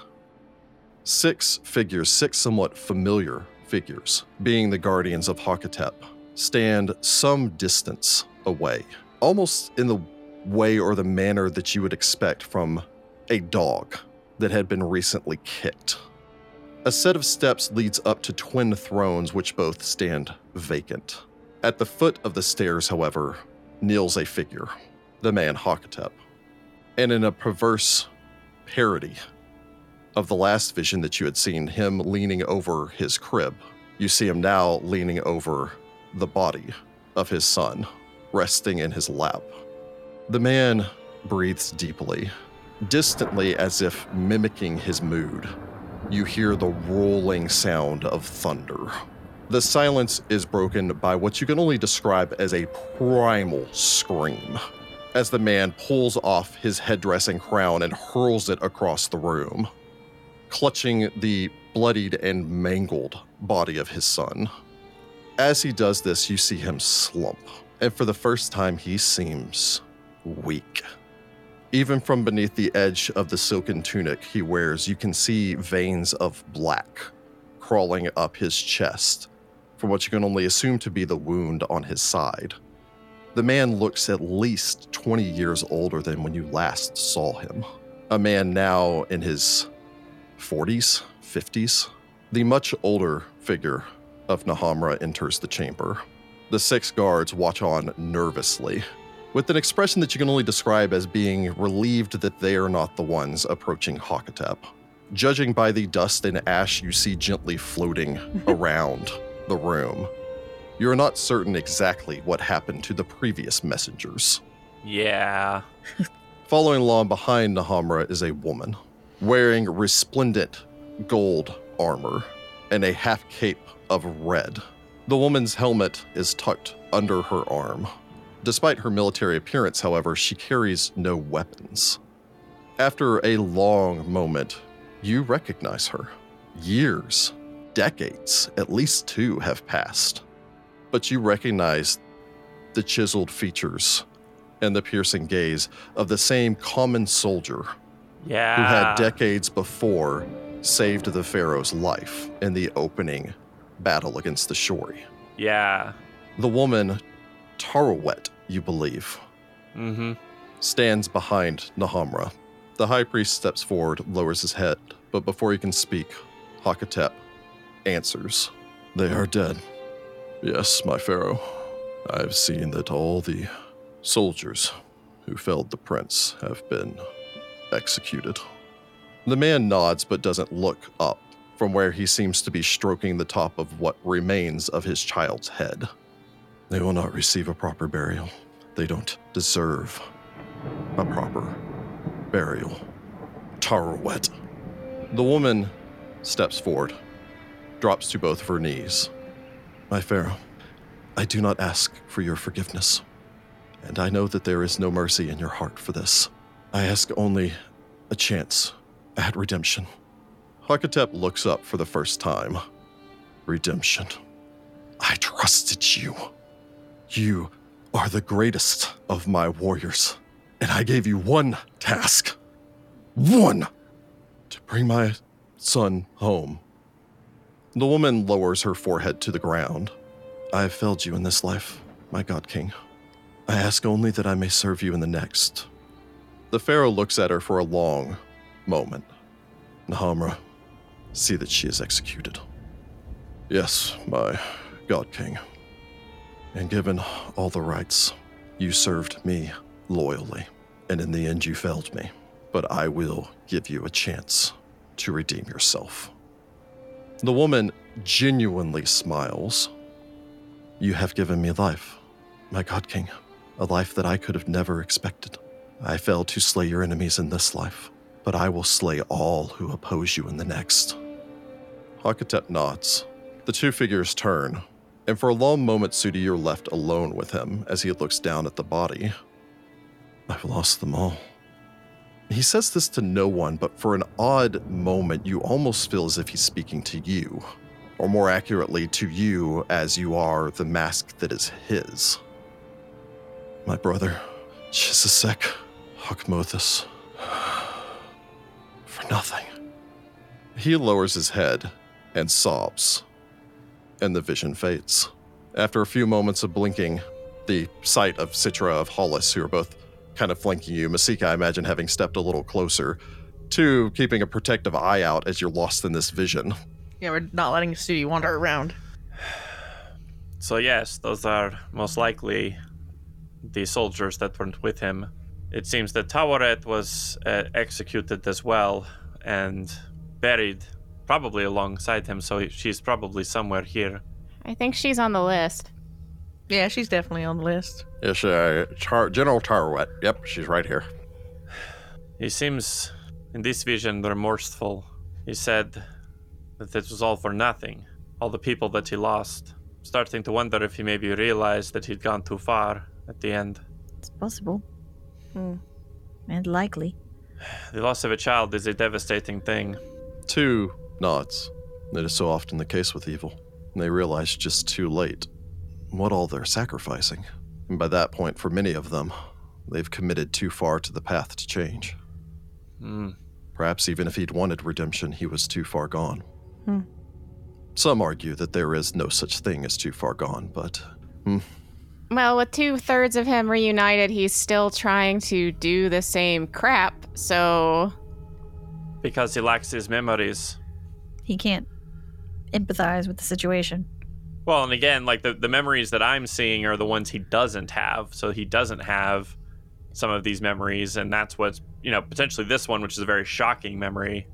Six figures, six somewhat familiar figures, being the guardians of Hakatep, stand some distance away, almost in the way or the manner that you would expect from a dog that had been recently kicked. A set of steps leads up to twin thrones, which both stand vacant. At the foot of the stairs, however, kneels a figure, the man Hakatep and in a perverse parody of the last vision that you had seen him leaning over his crib, you see him now leaning over the body of his son, resting in his lap. The man breathes deeply, distantly as if mimicking his mood. You hear the rolling sound of thunder. The silence is broken by what you can only describe as a primal scream as the man pulls off his headdress and crown and hurls it across the room, clutching the bloodied and mangled body of his son. As he does this, you see him slump, and for the first time, he seems weak. Even from beneath the edge of the silken tunic he wears, you can see veins of black crawling up his chest from what you can only assume to be the wound on his side. The man looks at least 20 years older than when you last saw him. A man now in his 40s, 50s. The much older figure of Nahamra enters the chamber. The six guards watch on nervously, with an expression that you can only describe as being relieved that they are not the ones approaching Hakatep. Judging by the dust and ash you see gently floating around the room, you are not certain exactly what happened to the previous messengers.
Yeah.
Following along behind Nahamra is a woman wearing resplendent gold armor and a half cape of red. The woman's helmet is tucked under her arm. Despite her military appearance, however, she carries no weapons. After a long moment, you recognize her. Years, decades, at least two have passed but you recognize the chiseled features and the piercing gaze of the same common soldier
Yeah.
who had decades before saved the pharaoh's life in the opening battle against the Shori.
Yeah.
The woman, Tarawet, you believe,
Mm-hmm.
stands behind Nahamra. The high priest steps forward, lowers his head, but before he can speak, Hakatep answers, They are dead. Yes, my pharaoh. I have seen that all the soldiers who felled the prince have been executed. The man nods but doesn't look up from where he seems to be stroking the top of what remains of his child's head. They will not receive a proper burial. They don't deserve a proper burial. Tarwet. The woman steps forward, drops to both of her knees. My Pharaoh, I do not ask for your forgiveness, and I know that there is no mercy in your heart for this. I ask only a chance at redemption. Hakatep looks up for the first time. Redemption. I trusted you. You are the greatest of my warriors, and I gave you one task. One! To bring my son home. The woman lowers her forehead to the ground. I have failed you in this life, my God King. I ask only that I may serve you in the next. The Pharaoh looks at her for a long moment. Nahamra, see that she is executed. Yes, my God King. And given all the rights, you served me loyally, and in the end, you failed me. But I will give you a chance to redeem yourself. The woman genuinely smiles. You have given me life, my God King, a life that I could have never expected. I failed to slay your enemies in this life, but I will slay all who oppose you in the next. Hakatep nods. The two figures turn, and for a long moment, Sudi, you're left alone with him as he looks down at the body. I've lost them all. He says this to no one, but for an odd moment, you almost feel as if he's speaking to you, or more accurately, to you as you are the mask that is his. My brother, Chisisek Hakmothus, for nothing. He lowers his head and sobs, and the vision fades. After a few moments of blinking, the sight of Citra of Hollis, who are both kind of flanking you, Masika, I imagine, having stepped a little closer, to keeping a protective eye out as you're lost in this vision.
Yeah, we're not letting Sudi wander around.
So yes, those are most likely the soldiers that weren't with him. It seems that Tawaret was uh, executed as well and buried, probably alongside him. So she's probably somewhere here.
I think she's on the list.
Yeah, she's definitely on the list.
Yes, uh, Char- General Tarwet. Yep, she's right here.
He seems, in this vision, remorseful. He said that this was all for nothing, all the people that he lost. Starting to wonder if he maybe realized that he'd gone too far at the end.
It's possible.
Hmm.
And likely.
The loss of a child is a devastating thing.
Two nods. That is so often the case with evil. And they realize just too late what all they're sacrificing. And by that point, for many of them, they've committed too far to the path to change.
Hmm.
Perhaps even if he'd wanted redemption, he was too far gone.
Hmm.
Some argue that there is no such thing as too far gone, but
Well, with two thirds of him reunited, he's still trying to do the same crap. So
Because he lacks his memories.
He can't empathize with the situation.
Well, and again, like the, the memories that I'm seeing are the ones he doesn't have. So he doesn't have some of these memories, and that's what's, you know, potentially this one, which is a very shocking memory,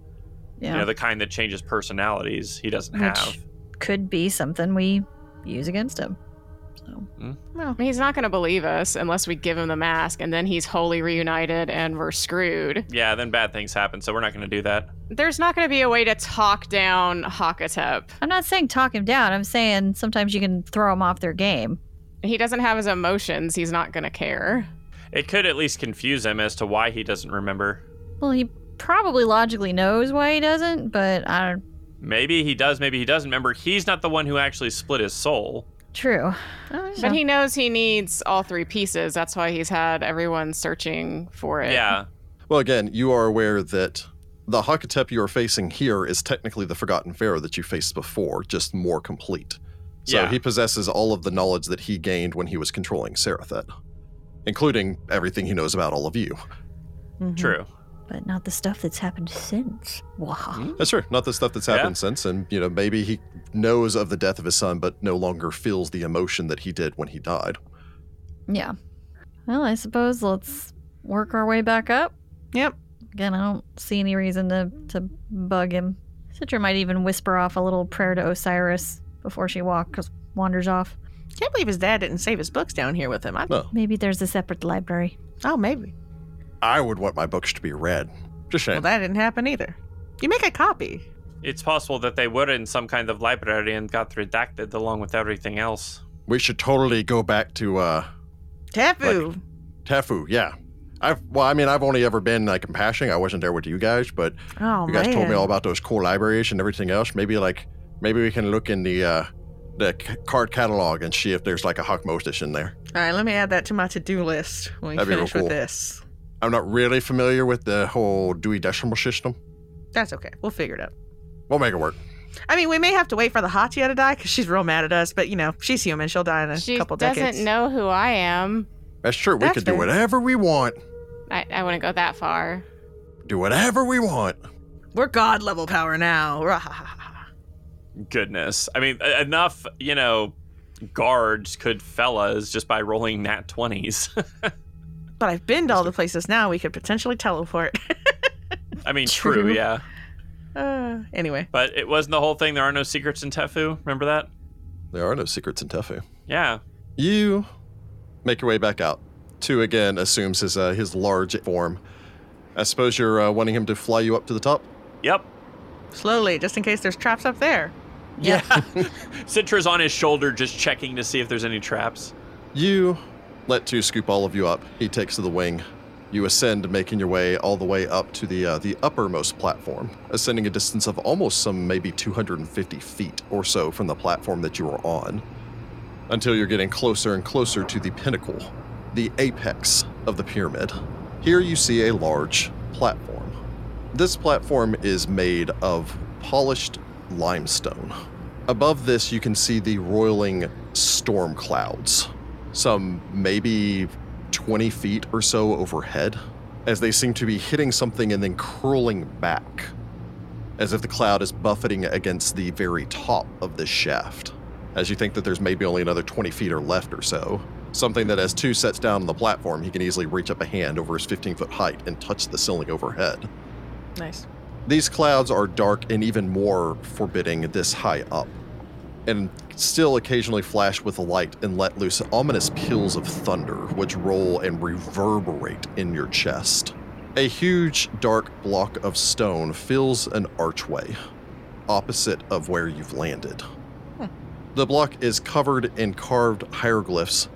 Yeah.
you know, the kind that changes personalities, he doesn't
Which-
have.
Could be something we use against him. So
Well,
he's not going to believe us unless we give him the mask, and then he's wholly reunited and we're screwed.
Yeah, then bad things happen, so we're not going to do that.
There's not going to be a way to talk down Hakatep.
I'm not saying talk him down. I'm saying sometimes you can throw him off their game.
He doesn't have his emotions. He's not going to care.
It could at least confuse him as to why he doesn't remember.
Well, he probably logically knows why he doesn't, but I don't.
Maybe he does, maybe he doesn't remember. He's not the one who actually split his soul.
True.
oh, yeah.
But he knows he needs all three pieces. That's why he's had everyone searching for it.
Yeah.
Mm-hmm.
Well, again, you are aware that the Hakatep you are facing here is technically the Forgotten Pharaoh that you faced before, just more complete. So
Yeah.
he possesses all of the knowledge that he gained when he was controlling Sarathet, including everything he knows about all of you.
Mhm.
True.
But not the stuff that's happened since. Wow.
That's true, not the stuff that's
Yeah.
happened since. And, you know, maybe he knows of the death of his son, but no longer feels the emotion that he did when he died.
Yeah. Well, I suppose let's work our way back up.
Yep.
Again, I don't see any reason to, to bug him. Citra might even whisper off a little prayer to Osiris before she walks, wanders off.
Can't believe his dad didn't save his books down here with him. I,
No,
Maybe there's a separate library.
Oh, maybe.
I would want my books to be read. Just
Well,
saying.
that didn't happen either. You make a copy.
It's possible that they were in some kind of library and got redacted along with everything else.
we should totally go back to uh,
Taboo.
Tefu. Yeah. I've, well, I mean, I've only ever been like in Pashing. I wasn't there with you guys, but
oh,
you
man.
guys told me all about those cool libraries and everything else. Maybe like, maybe we can look in the uh, the c- card catalog and see if there's like a Huckmostis in there.
All right, let me add that to my to do list when we
That'd be real
finish
cool.
with this.
I'm not really familiar with the whole Dewey Decimal System.
That's okay. We'll figure it out.
We'll make it work.
I mean, we may have to wait for the Hatia to die because she's real mad at us, but you know, she's human. She'll die in a
She
couple
doesn't
decades.
know who I am.
That's true. We
That's
could do
fair.
whatever we want.
I, I wouldn't go that far.
Do whatever we want.
We're god level power now. Rah-ha-ha-ha.
Goodness. I mean, e- enough, you know, guards could fellas just by rolling nat 20s.
but I've been to all the places now we could potentially teleport.
I mean, true.
True.
yeah.
uh, anyway,
But it wasn't the whole thing. There are no secrets in Tefu. Remember that?
There are no secrets in Tefu.
Yeah.
You make your way back out. Two again assumes his uh, his large form. I suppose you're uh, wanting him to fly you up to the top.
Yep.
slowly, just in case there's traps up there.
Yeah. Citra's on his shoulder just checking to see if there's any traps.
You let two scoop all of you up. He takes to the wing. You ascend, making your way all the way up to the uh, the uppermost platform, ascending a distance of almost some maybe 250 feet or so from the platform that you were on, until you're getting closer and closer to the pinnacle, the apex of the pyramid. Here you see a large platform. This platform is made of polished limestone. Above this, you can see the roiling storm clouds some maybe 20 feet or so overhead as they seem to be hitting something and then curling back as if the cloud is buffeting against the very top of this shaft as you think that there's maybe only another 20 feet or left or so something that as two sets down on the platform he can easily reach up a hand over his 15 foot height and touch the ceiling overhead
Nice.
these clouds are dark and even more forbidding this high up, and still occasionally flash with light and let loose ominous peals of thunder, which roll and reverberate in your chest. A huge dark block of stone fills an archway opposite of where you've landed.
Hmm.
The block is covered in carved hieroglyphs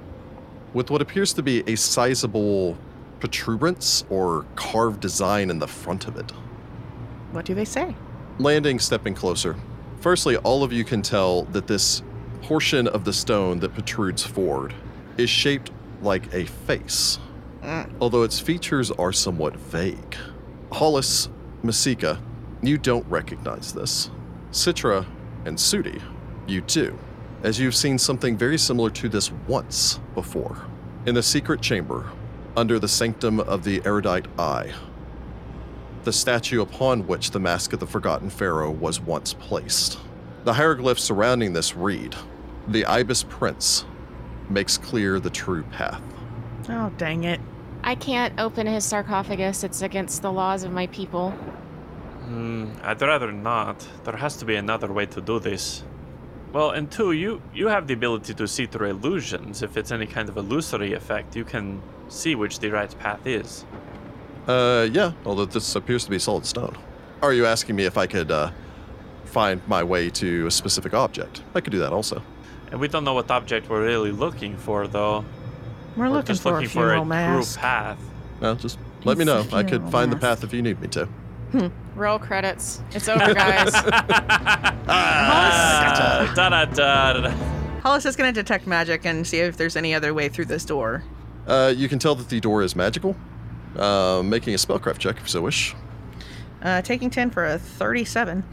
with what appears to be a sizable protuberance or carved design in the front of it
What do they say?
landing stepping closer firstly all of you can tell that this portion of the stone that protrudes forward is shaped like a face
Mm.
although its features are somewhat vague hollis masika you don't recognize this citra and sudi you do as you've seen something very similar to this once before in the secret chamber under the sanctum of the erudite eye the statue upon which the mask of the forgotten pharaoh was once placed. The hieroglyphs surrounding this read The ibis prince makes clear the true path.
Oh, dang it.
I can't open his sarcophagus. It's against the laws of my people.
Hmm. I'd rather not. There has to be another way to do this. Well, and two, you you have the ability to see through illusions. If it's any kind of illusory effect, you can see which the right path is.
Uh, yeah, although this appears to be solid stone. Are you asking me if I could uh, find my way to a specific object? I could do that also.
And we don't know what object we're really looking for, though.
We're, looking
just
for
looking
a funeral
for a
mask.
true path.
No, just let me know. I could
Conceal
find the
mask.
path if you need me to.
Roll credits. It's over, guys.
Ah, da, da, da, da, da.
Hollis is going to detect magic and see if there's any other way through this door.
Uh, you can tell that the door is magical. Uh, making a spellcraft check if you so wish.
Uh, taking 10 for a 37.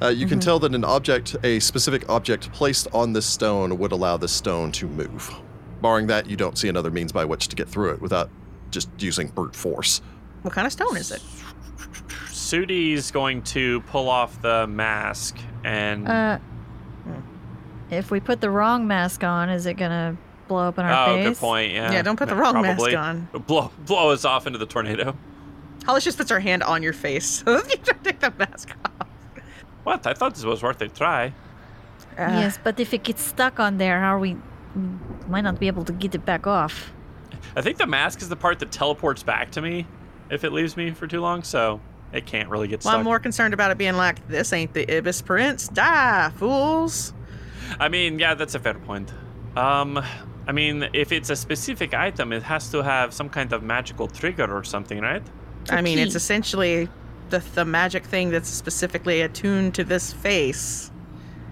Uh, you
Mm-hmm.
can tell that an object, a specific object placed on this stone, would allow the stone to move. Barring that, you don't see another means by which to get through it without just using brute force.
What kind of stone is it?
Sudi's going to pull off the mask and
Uh, if we put the wrong mask on, is it gonna blow up in our
oh,
face?
good point. Yeah,
Yeah, don't put the wrong mask
probably.
on.
Blow blow us off into the tornado.
Hollis just puts her hand on your face. you don't take the mask off.
What? I thought this was worth a try.
yes, but if it gets stuck on there, are we we might not be able to get it back off.
I think the mask is the part that teleports back to me if it leaves me for too long, so it can't really get
Well,
stuck.
I'm more concerned about it being like, this ain't the Ibis Prince. Die, fools.
I mean, yeah, that's a fair point. Um, I mean, if it's a specific item, it has to have some kind of magical trigger or something, right?
I mean, it's
key.
essentially the, the magic thing that's specifically attuned to this face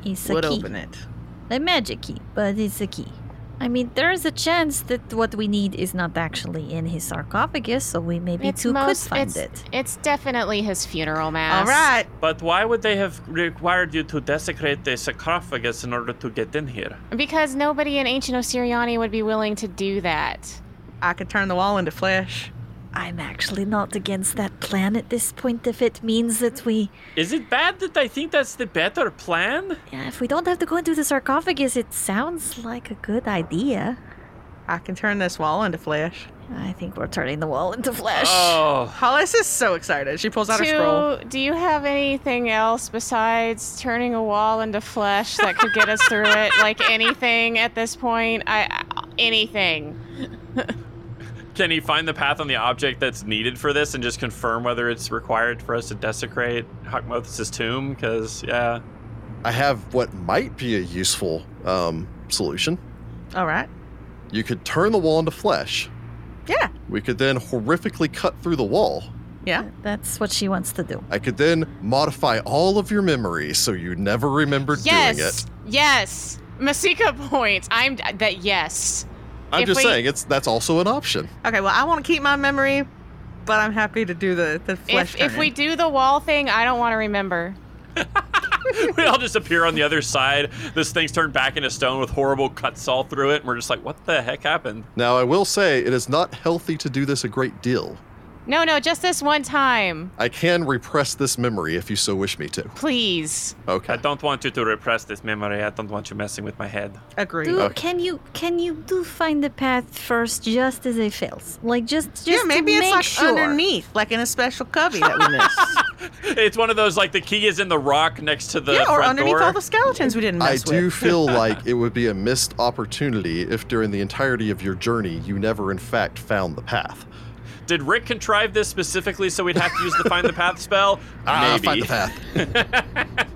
It's a
would
key.
open it.
A magic key, but it's a key. I mean, there is a chance that what we need is not actually in his sarcophagus, so we maybe two
most-
could find
it's,
it.
It's definitely his funeral mask.
All right.
But why would they have required you to desecrate the sarcophagus in order to get in here?
Because nobody in ancient Osiriani would be willing to do that.
I could turn the wall into flesh.
I'm actually not against that plan at this point if it means that we.
Is it bad that I think that's the better plan?
Yeah, if we don't have to go into the sarcophagus, it sounds like a good idea.
I can turn this wall into flesh.
I think we're turning the wall into flesh.
Oh,
Hollis is so excited. She pulls out her scroll.
Two, do you have anything else besides turning a wall into flesh that could get us through it? Like anything at this point? I I- anything.
can he find the path on the object that's needed for this and just confirm whether it's required for us to desecrate Hakmothus's tomb? Because yeah,
I have what might be a useful um, solution.
All right.
You could turn the wall into flesh.
Yeah.
We could then horrifically cut through the wall.
Yeah.
That's what she wants to do.
I could then modify all of your memories so you never remember doing
yes.
it.
Yes. Masika points. I'm that yes.
I'm
If
just
we-
saying it's that's also an option.
Okay. Well, I want to keep my memory, but I'm happy to do the, the flesh.
If if we
turning.
do the wall thing, I don't want to remember.
we all just appear on the other side. This thing's turned back into stone with horrible cuts all through it, and we're just like, what the heck happened?
Now I will say it is not healthy to do this a great deal.
No, no, just this one time,
I can repress this memory if you so wish me to.
please.
I
Okay.
don't want you to repress this memory. I don't want you messing with my head.
agree,
Do,
Okay.
Can you can you do find the path first, just as it fails? Like just just
yeah, maybe
to
it's
make
like
sure.
underneath, like in a special cubby that we missed.
It's one of those like the key is in the rock next to the
yeah, or
front
underneath
door.
all the skeletons we didn't
I
mess
do
with.
feel like it would be a missed opportunity if during the entirety of your journey you never in fact found the path.
Did Rick contrive this specifically so we'd have to use the find the path spell?
Ah,
Maybe.
find the path.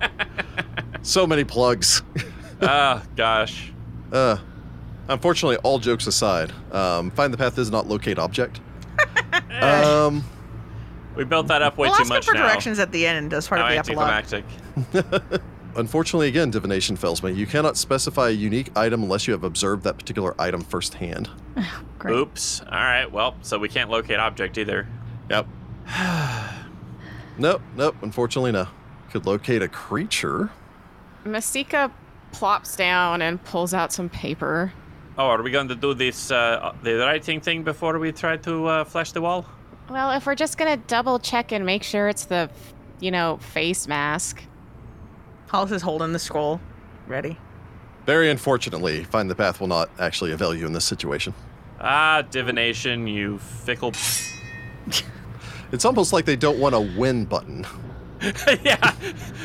so many plugs.
Ah, gosh.
Uh, unfortunately, all jokes aside, um, find the path is not locate object. um,
We built that up way
We'll
too
ask him
much
for
now.
directions at the end as part
How
of the epilogue.
anticlimactic.
unfortunately, again, divination fails me. You cannot specify a unique item unless you have observed that particular item firsthand.
Great.
Oops. All right. Well, so we can't locate object either.
Yep. nope, nope. Unfortunately, no. Could locate a creature.
Masika plops down and pulls out some paper.
Oh, are we going to do this uh, the writing thing before we try to uh, flash the wall?
Well, if we're just gonna double check and make sure it's the, you know, face mask.
Hollis is holding the scroll, ready.
Very unfortunately, find the path will not actually avail you in this situation.
Ah, divination, you fickle.
It's almost like they don't want a win button.
yeah,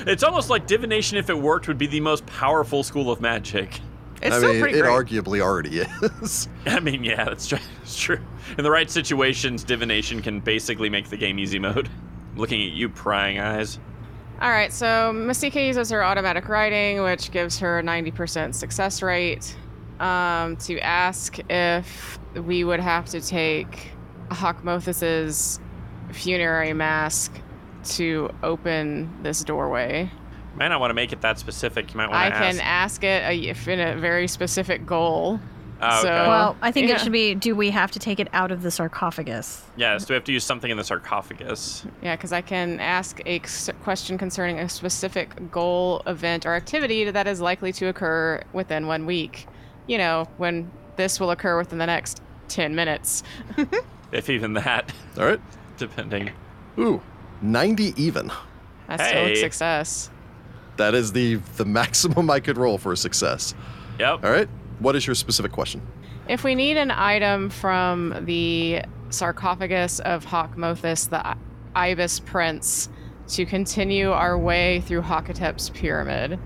it's almost like divination. If it worked, would be the most powerful school of magic.
It's
I
still
mean,
pretty
it
great.
arguably already is.
I mean, yeah, that's true. That's true. In the right situations, divination can basically make the game easy mode. Looking at you, prying eyes.
All right, so Masika uses her automatic writing, which gives her a 90% success rate, um, to ask if we would have to take Hawkmothus's funerary mask to open this doorway.
Might not want to make it that specific. You might
I
want to
can
ask.
ask it a, if in a very specific goal.
Oh, okay.
so-
Well, I think
Yeah.
it should be do we have to take it out of the sarcophagus?
Yes, do we have to use something in the sarcophagus?
Yeah, because I can ask a c- question concerning a specific goal, event, or activity that is likely to occur within one week. You know, when this will occur within the next 10 minutes.
If even that,
All right.
depending.
Ooh, 90 even.
That's still
Hey.
a success.
That is the the maximum I could roll for a success.
Yep.
All right. What is your specific question?
If we need an item from the sarcophagus of Hawkmothus, the I- Ibis Prince, to continue our way through Hakatep's pyramid.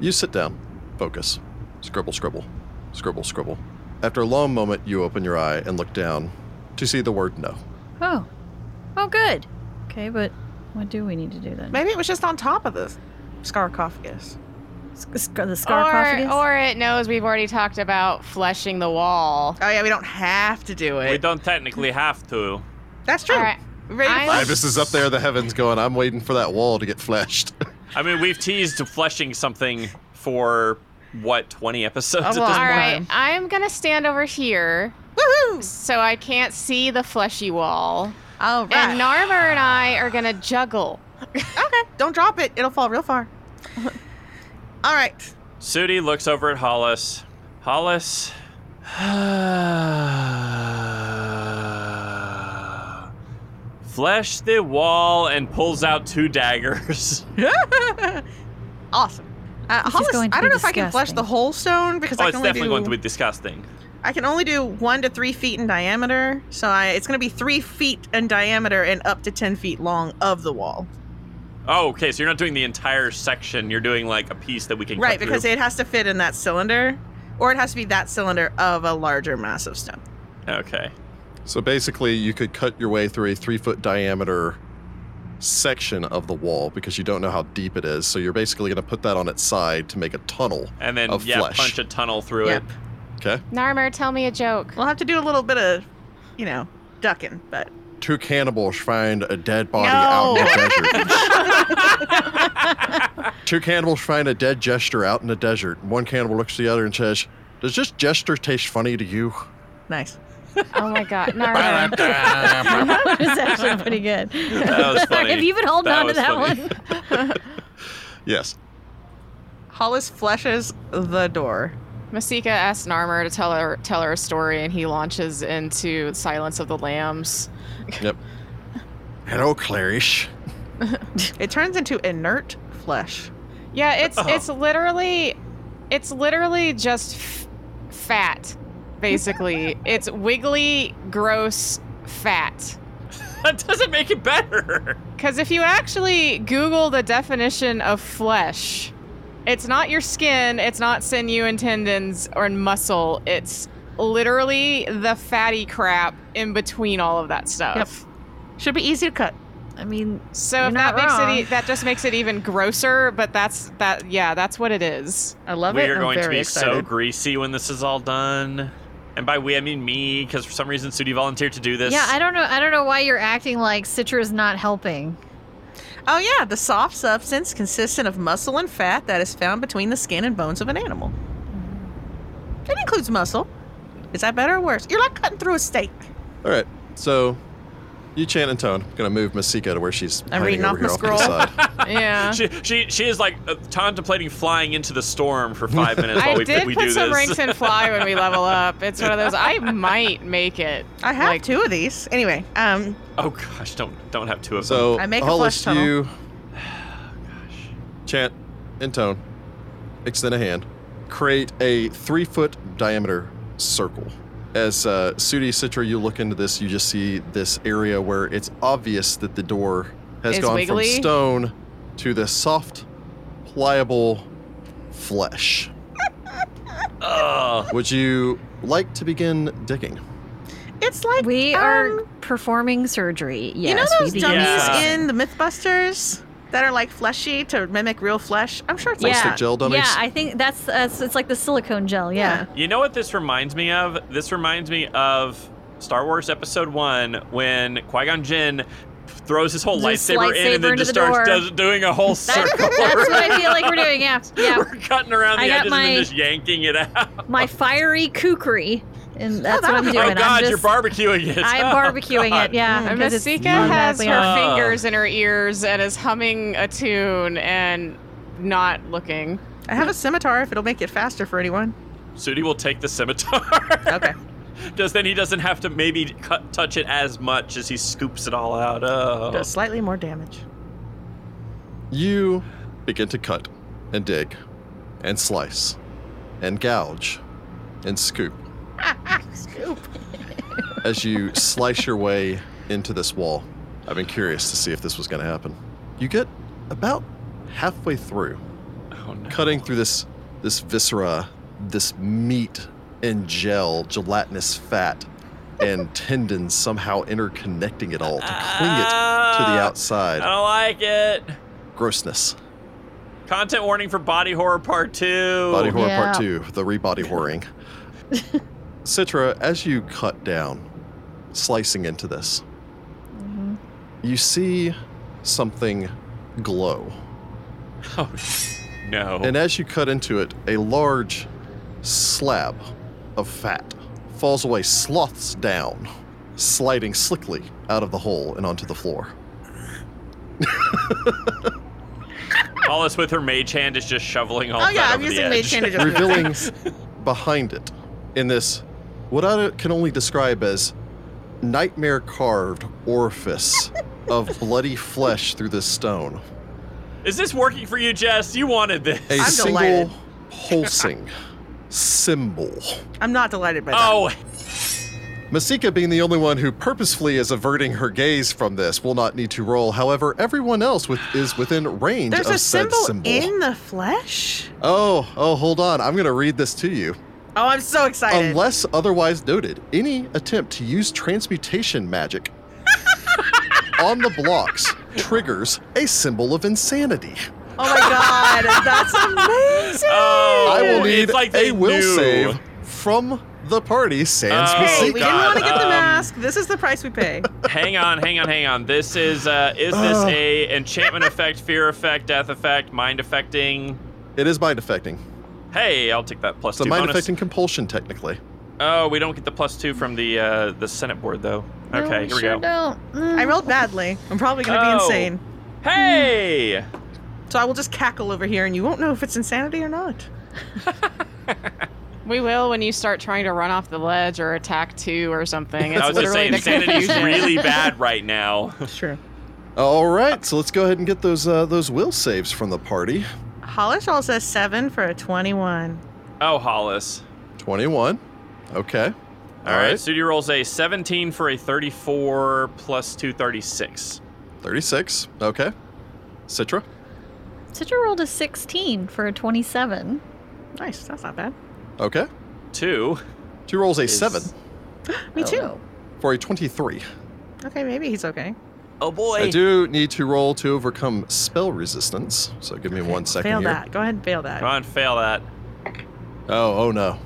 You sit down, focus, scribble, scribble, scribble, scribble. After a long moment, you open your eye and look down to see the word no.
Oh. Oh, good. Okay, but what do we need to do then?
Maybe it was just on top of the sarcophagus.
Sc- sc- the
Or,
sarcophagus?
or it knows we've already talked about fleshing the wall.
Oh yeah, we don't have to do
We
it.
don't technically have to.
That's true.
All right.
Ready to
I'm-
flush?
Ibis is up there in the heavens going, I'm waiting for that wall to get fleshed.
I mean, we've teased fleshing something for what 20 episodes
Oh,
at
well,
this
All
point.
right.
Fine.
I'm going to stand over here
Woohoo!
so I can't see the fleshy wall.
All right.
And Narmer and I are going to juggle.
okay, don't drop it. It'll fall real far. All right.
Sudi looks over at Hollis. Hollis. Flesh the wall and pulls out two daggers. Oh,
awesome. Uh,
is
Hollis,
going to
I don't
be
know if I can flush
disgusting.
the whole stone because
oh,
I
it's
can only
definitely
do
going to be disgusting.
I can only do one to three feet in diameter, so I, it's going to be three feet in diameter and up to ten feet long of the wall.
Oh, okay. So you're not doing the entire section. You're doing like a piece that we can
Right,
cut
because
through.
it has to fit in that cylinder, or it has to be that cylinder of a larger massive stone.
okay.
so basically, you could cut your way through a three foot diameter section of the wall because you don't know how deep it is. So you're basically going to put that on its side to make a tunnel.
And then
Of
yeah,
flesh.
punch a tunnel through
Yep.
it.
Okay.
Narmer, tell me a joke.
We'll have to do a little bit of, you know, ducking, but
Two cannibals find a dead body out
No.
in the desert. Two cannibals find a dead jester out in the desert. One cannibal looks at the other and says, Does this jester taste funny to you?
nice.
Oh my god, Narmer.
that was actually pretty good.
That was funny.
Have you been holding
That
on to
was
that
funny.
one?
Yes.
Hollis flushes the door.
Masika asks Narmer to tell her tell her a story, and he launches into Silence of the Lambs.
Yep. Hello, Clarish.
It turns into inert flesh.
Yeah, it's
Oh.
it's literally, it's literally just f- fat, basically. it's wiggly, gross fat.
that doesn't make it better.
Because if you actually Google the definition of flesh, it's not your skin, it's not sinew and tendons or muscle. It's literally the fatty crap in between all of that stuff.
Should be easy to cut.
I mean,
So
You're
if
not
that makes
wrong.
it e- that just makes it even grosser, but that's that yeah, that's what it is.
I love
we
it.
are
I'm
going to
very
be so
excited.
greasy when this is all done. And by we, I mean me, because for some reason Sudi volunteered to do this.
yeah, I don't know. I don't know why you're acting like Citra's not helping.
Oh yeah, the soft substance consistent of muscle and fat that is found between the skin and bones of an animal. It includes muscle. Is that better or worse? You're like cutting through a steak.
All right. So you chant and tone. Gonna move Masika to where she's.
I'm
hiding
reading
over
off
here
my
off to the side.
Yeah.
She, she, she is like uh, contemplating flying into the storm for five minutes while
I
we,
did
we
put
do
some
this.
ranks in fly when we level up. It's one of those I might make it.
I have
Like-
two of these. Anyway, um,
oh gosh, don't don't have two of them.
So
I make a
Hollis,
flush tunnel.
you chant and tone. Extend a hand. Create a three foot diameter circle. As uh, Sudi Citra, you look into this, you just see this area where it's obvious that the door has
Is
gone
wiggly?
from stone to this soft, pliable flesh.
Ugh.
Would you like to begin digging?
it's like
We
um,
are performing surgery. Yes,
you know those
we
dummies
Yeah.
in the MythBusters that are like fleshy to mimic real flesh. I'm sure it's like
yeah.
Plastic gel dummies?
Yeah, I think that's, that's it's like the silicone gel. Yeah.
You know what this reminds me of? This reminds me of Star Wars Episode One when Qui Gon Jinn throws his whole
Just
lightsaber, in and
lightsaber
then
into
just
the
starts
door.
does- doing a whole
That-
circle.
that's what I feel like we're doing. Yeah, yeah.
We're cutting around the
I got
edges and
my-
then just yanking it out.
My fiery kukri, and that's what I'm doing.
oh
I'm
God, you're
just-
barbecuing it.
I'm
Oh,
barbecuing
God.
it. Yeah,
And
because it's
Masika has
automatically
her
on.
Ah.
fingers in her ears and is humming a tune and not looking.
I have a scimitar if it'll make it faster for anyone.
Sudi will take the scimitar.
Okay.
Just then he doesn't have to maybe cut, touch it as much as he scoops it all out. Oh.
Does slightly more damage.
You begin to cut and dig and slice and gouge and scoop
Scoop.
as you slice your way into this wall. I've been curious to see if this was going to happen. You get about halfway through,
Oh, no.
cutting through this this viscera, this meat and gel, gelatinous fat, and tendons somehow interconnecting it all to cling it to the
Ah, I
outside.
don't like it.
Grossness.
Content warning for body horror part two.
Body horror
Yeah.
part two, the rebody whoring. Citra, as you cut down, slicing into this,
Mhm.
you see something glow.
Oh, no.
And as you cut into it, a large slab of fat falls away, sloths down, sliding slickly out of the hole and onto the floor.
all this with her mage hand is just shoveling all
oh
that
yeah, I'm
over the
using mage
edge.
hand to just move
revealing
things.
behind it in this what I can only describe as nightmare carved orifice of bloody flesh through this stone.
Is this working for you, Jess? You wanted this.
A
I'm
single
delighted.
pulsing symbol.
I'm not delighted by that.
oh,
Masika, being the only one who purposefully is averting her gaze from this, will not need to roll. However, everyone else with, is within range
There's
of
a
said
symbol,
symbol.
in the flesh.
oh, oh, hold on. I'm going to read this to you.
Oh, I'm so excited.
Unless otherwise noted, any attempt to use transmutation magic on the blocks triggers a symbol of insanity.
oh my god, that's amazing.
oh,
I will need
it's like they
a will
knew.
save from the party sans
Oh,
Hey,
Masika.
we didn't want to get the
Um,
mask. This is the price we pay.
hang on, hang on, hang on. This is uh, is this
Ah.
a enchantment effect, fear effect, death effect, mind affecting?
It is mind affecting.
Hey, I'll take that plus
It's a
two
mind
bonus.
affecting compulsion, technically.
Oh, we don't get the plus two from the uh, the Senate board though.
No,
Okay,
we
here we
sure
go.
Don't. Mm.
I rolled badly. I'm probably gonna be
Oh.
insane.
Hey,
So I will just cackle over here, and you won't know if it's insanity or not.
We will when you start trying to run off the ledge or attack two or something. It's
I was just
literally
saying
the
sanity's
confusion.
really bad right now.
Sure.
All right, so let's go ahead and get those uh, those will saves from the party.
Hollishaw says seven for a twenty-one.
Oh, Hollis.
Twenty-one. Okay.
All right. Sudi rolls a 17 for a 34 plus 236.
Thirty-six. Okay. Citra.
Citra rolled a 16 for a 27.
Nice. That's not bad.
Okay.
Two.
Two rolls a
is-
seven
Me
Oh,
too.
no.
for a twenty-three.
Okay, maybe he's okay.
Oh boy.
I do need to roll to overcome spell resistance, so give me one second
fail
here.
that. Go ahead and fail that.
Come on, fail that.
Oh, oh no.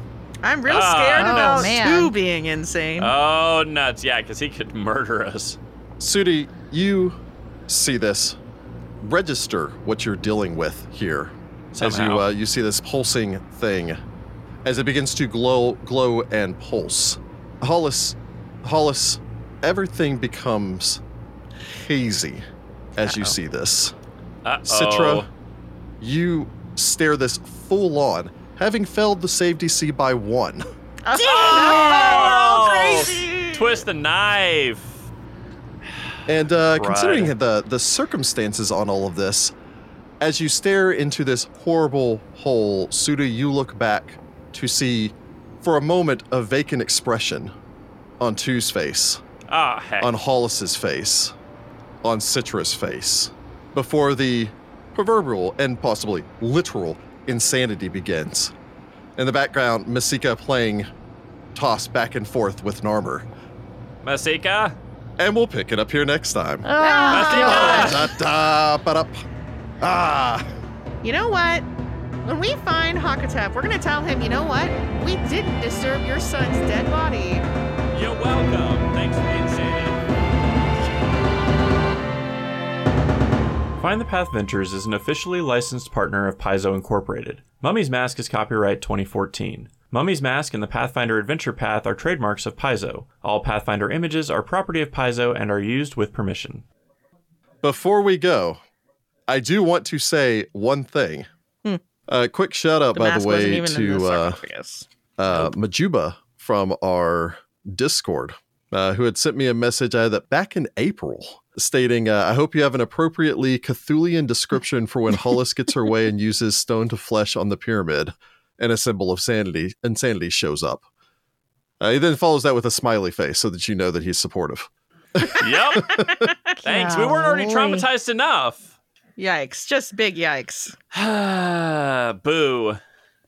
I'm real
Ah.
scared
Oh,
about
man.
two being insane.
Oh nuts! Yeah, because he could murder us.
Sudi, you see this. Register what you're dealing with here as
Somehow.
you uh, you see this pulsing thing as it begins to glow, glow and pulse. Hollis, Hollis, everything becomes hazy as you see this.
Uh-oh.
Citra, you stare this full on, having failed the save DC by one.
Uh-huh. Ah.
Oh!
crazy.
Twist the knife.
And uh,
Crud.
considering the the circumstances on all of this, as you stare into this horrible hole, Suda, you look back to see, for a moment, a vacant expression on Two's face,
Ah heck.
on Hollis's face, on Citra's face, before the proverbial and possibly literal insanity begins. In the background, Masika playing toss back and forth with Narmer.
Masika.
And we'll pick it up here next time.
Ah.
Da, da, ba-da, p- Ah.
You know what? When we find Hakatep, we're gonna tell him, you know what? We didn't disturb your son's dead body.
You're welcome. Thanks for the insanity. Find the Path Ventures is an officially licensed partner of Paizo Incorporated. Mummy's Mask is copyright 2014. Mummy's Mask and the Pathfinder Adventure Path are trademarks of Paizo. All Pathfinder images are property of Paizo and are used with permission.
Before we go, I do want to say one thing. A quick shout out, by Hmm. the way, to uh,
sarcophagus.
uh, Majuba from our Discord, uh, who had sent me a message uh, that back in April stating, uh, I hope you have an appropriately Cthulian description for when Hollis gets her way and uses stone to flesh on the pyramid and a symbol of sanity insanity shows up. Uh, he then follows that with a smiley face so that you know that he's supportive.
Yep. Thanks. We weren't already
Golly.
traumatized enough.
Yikes. Just big yikes.
Boo.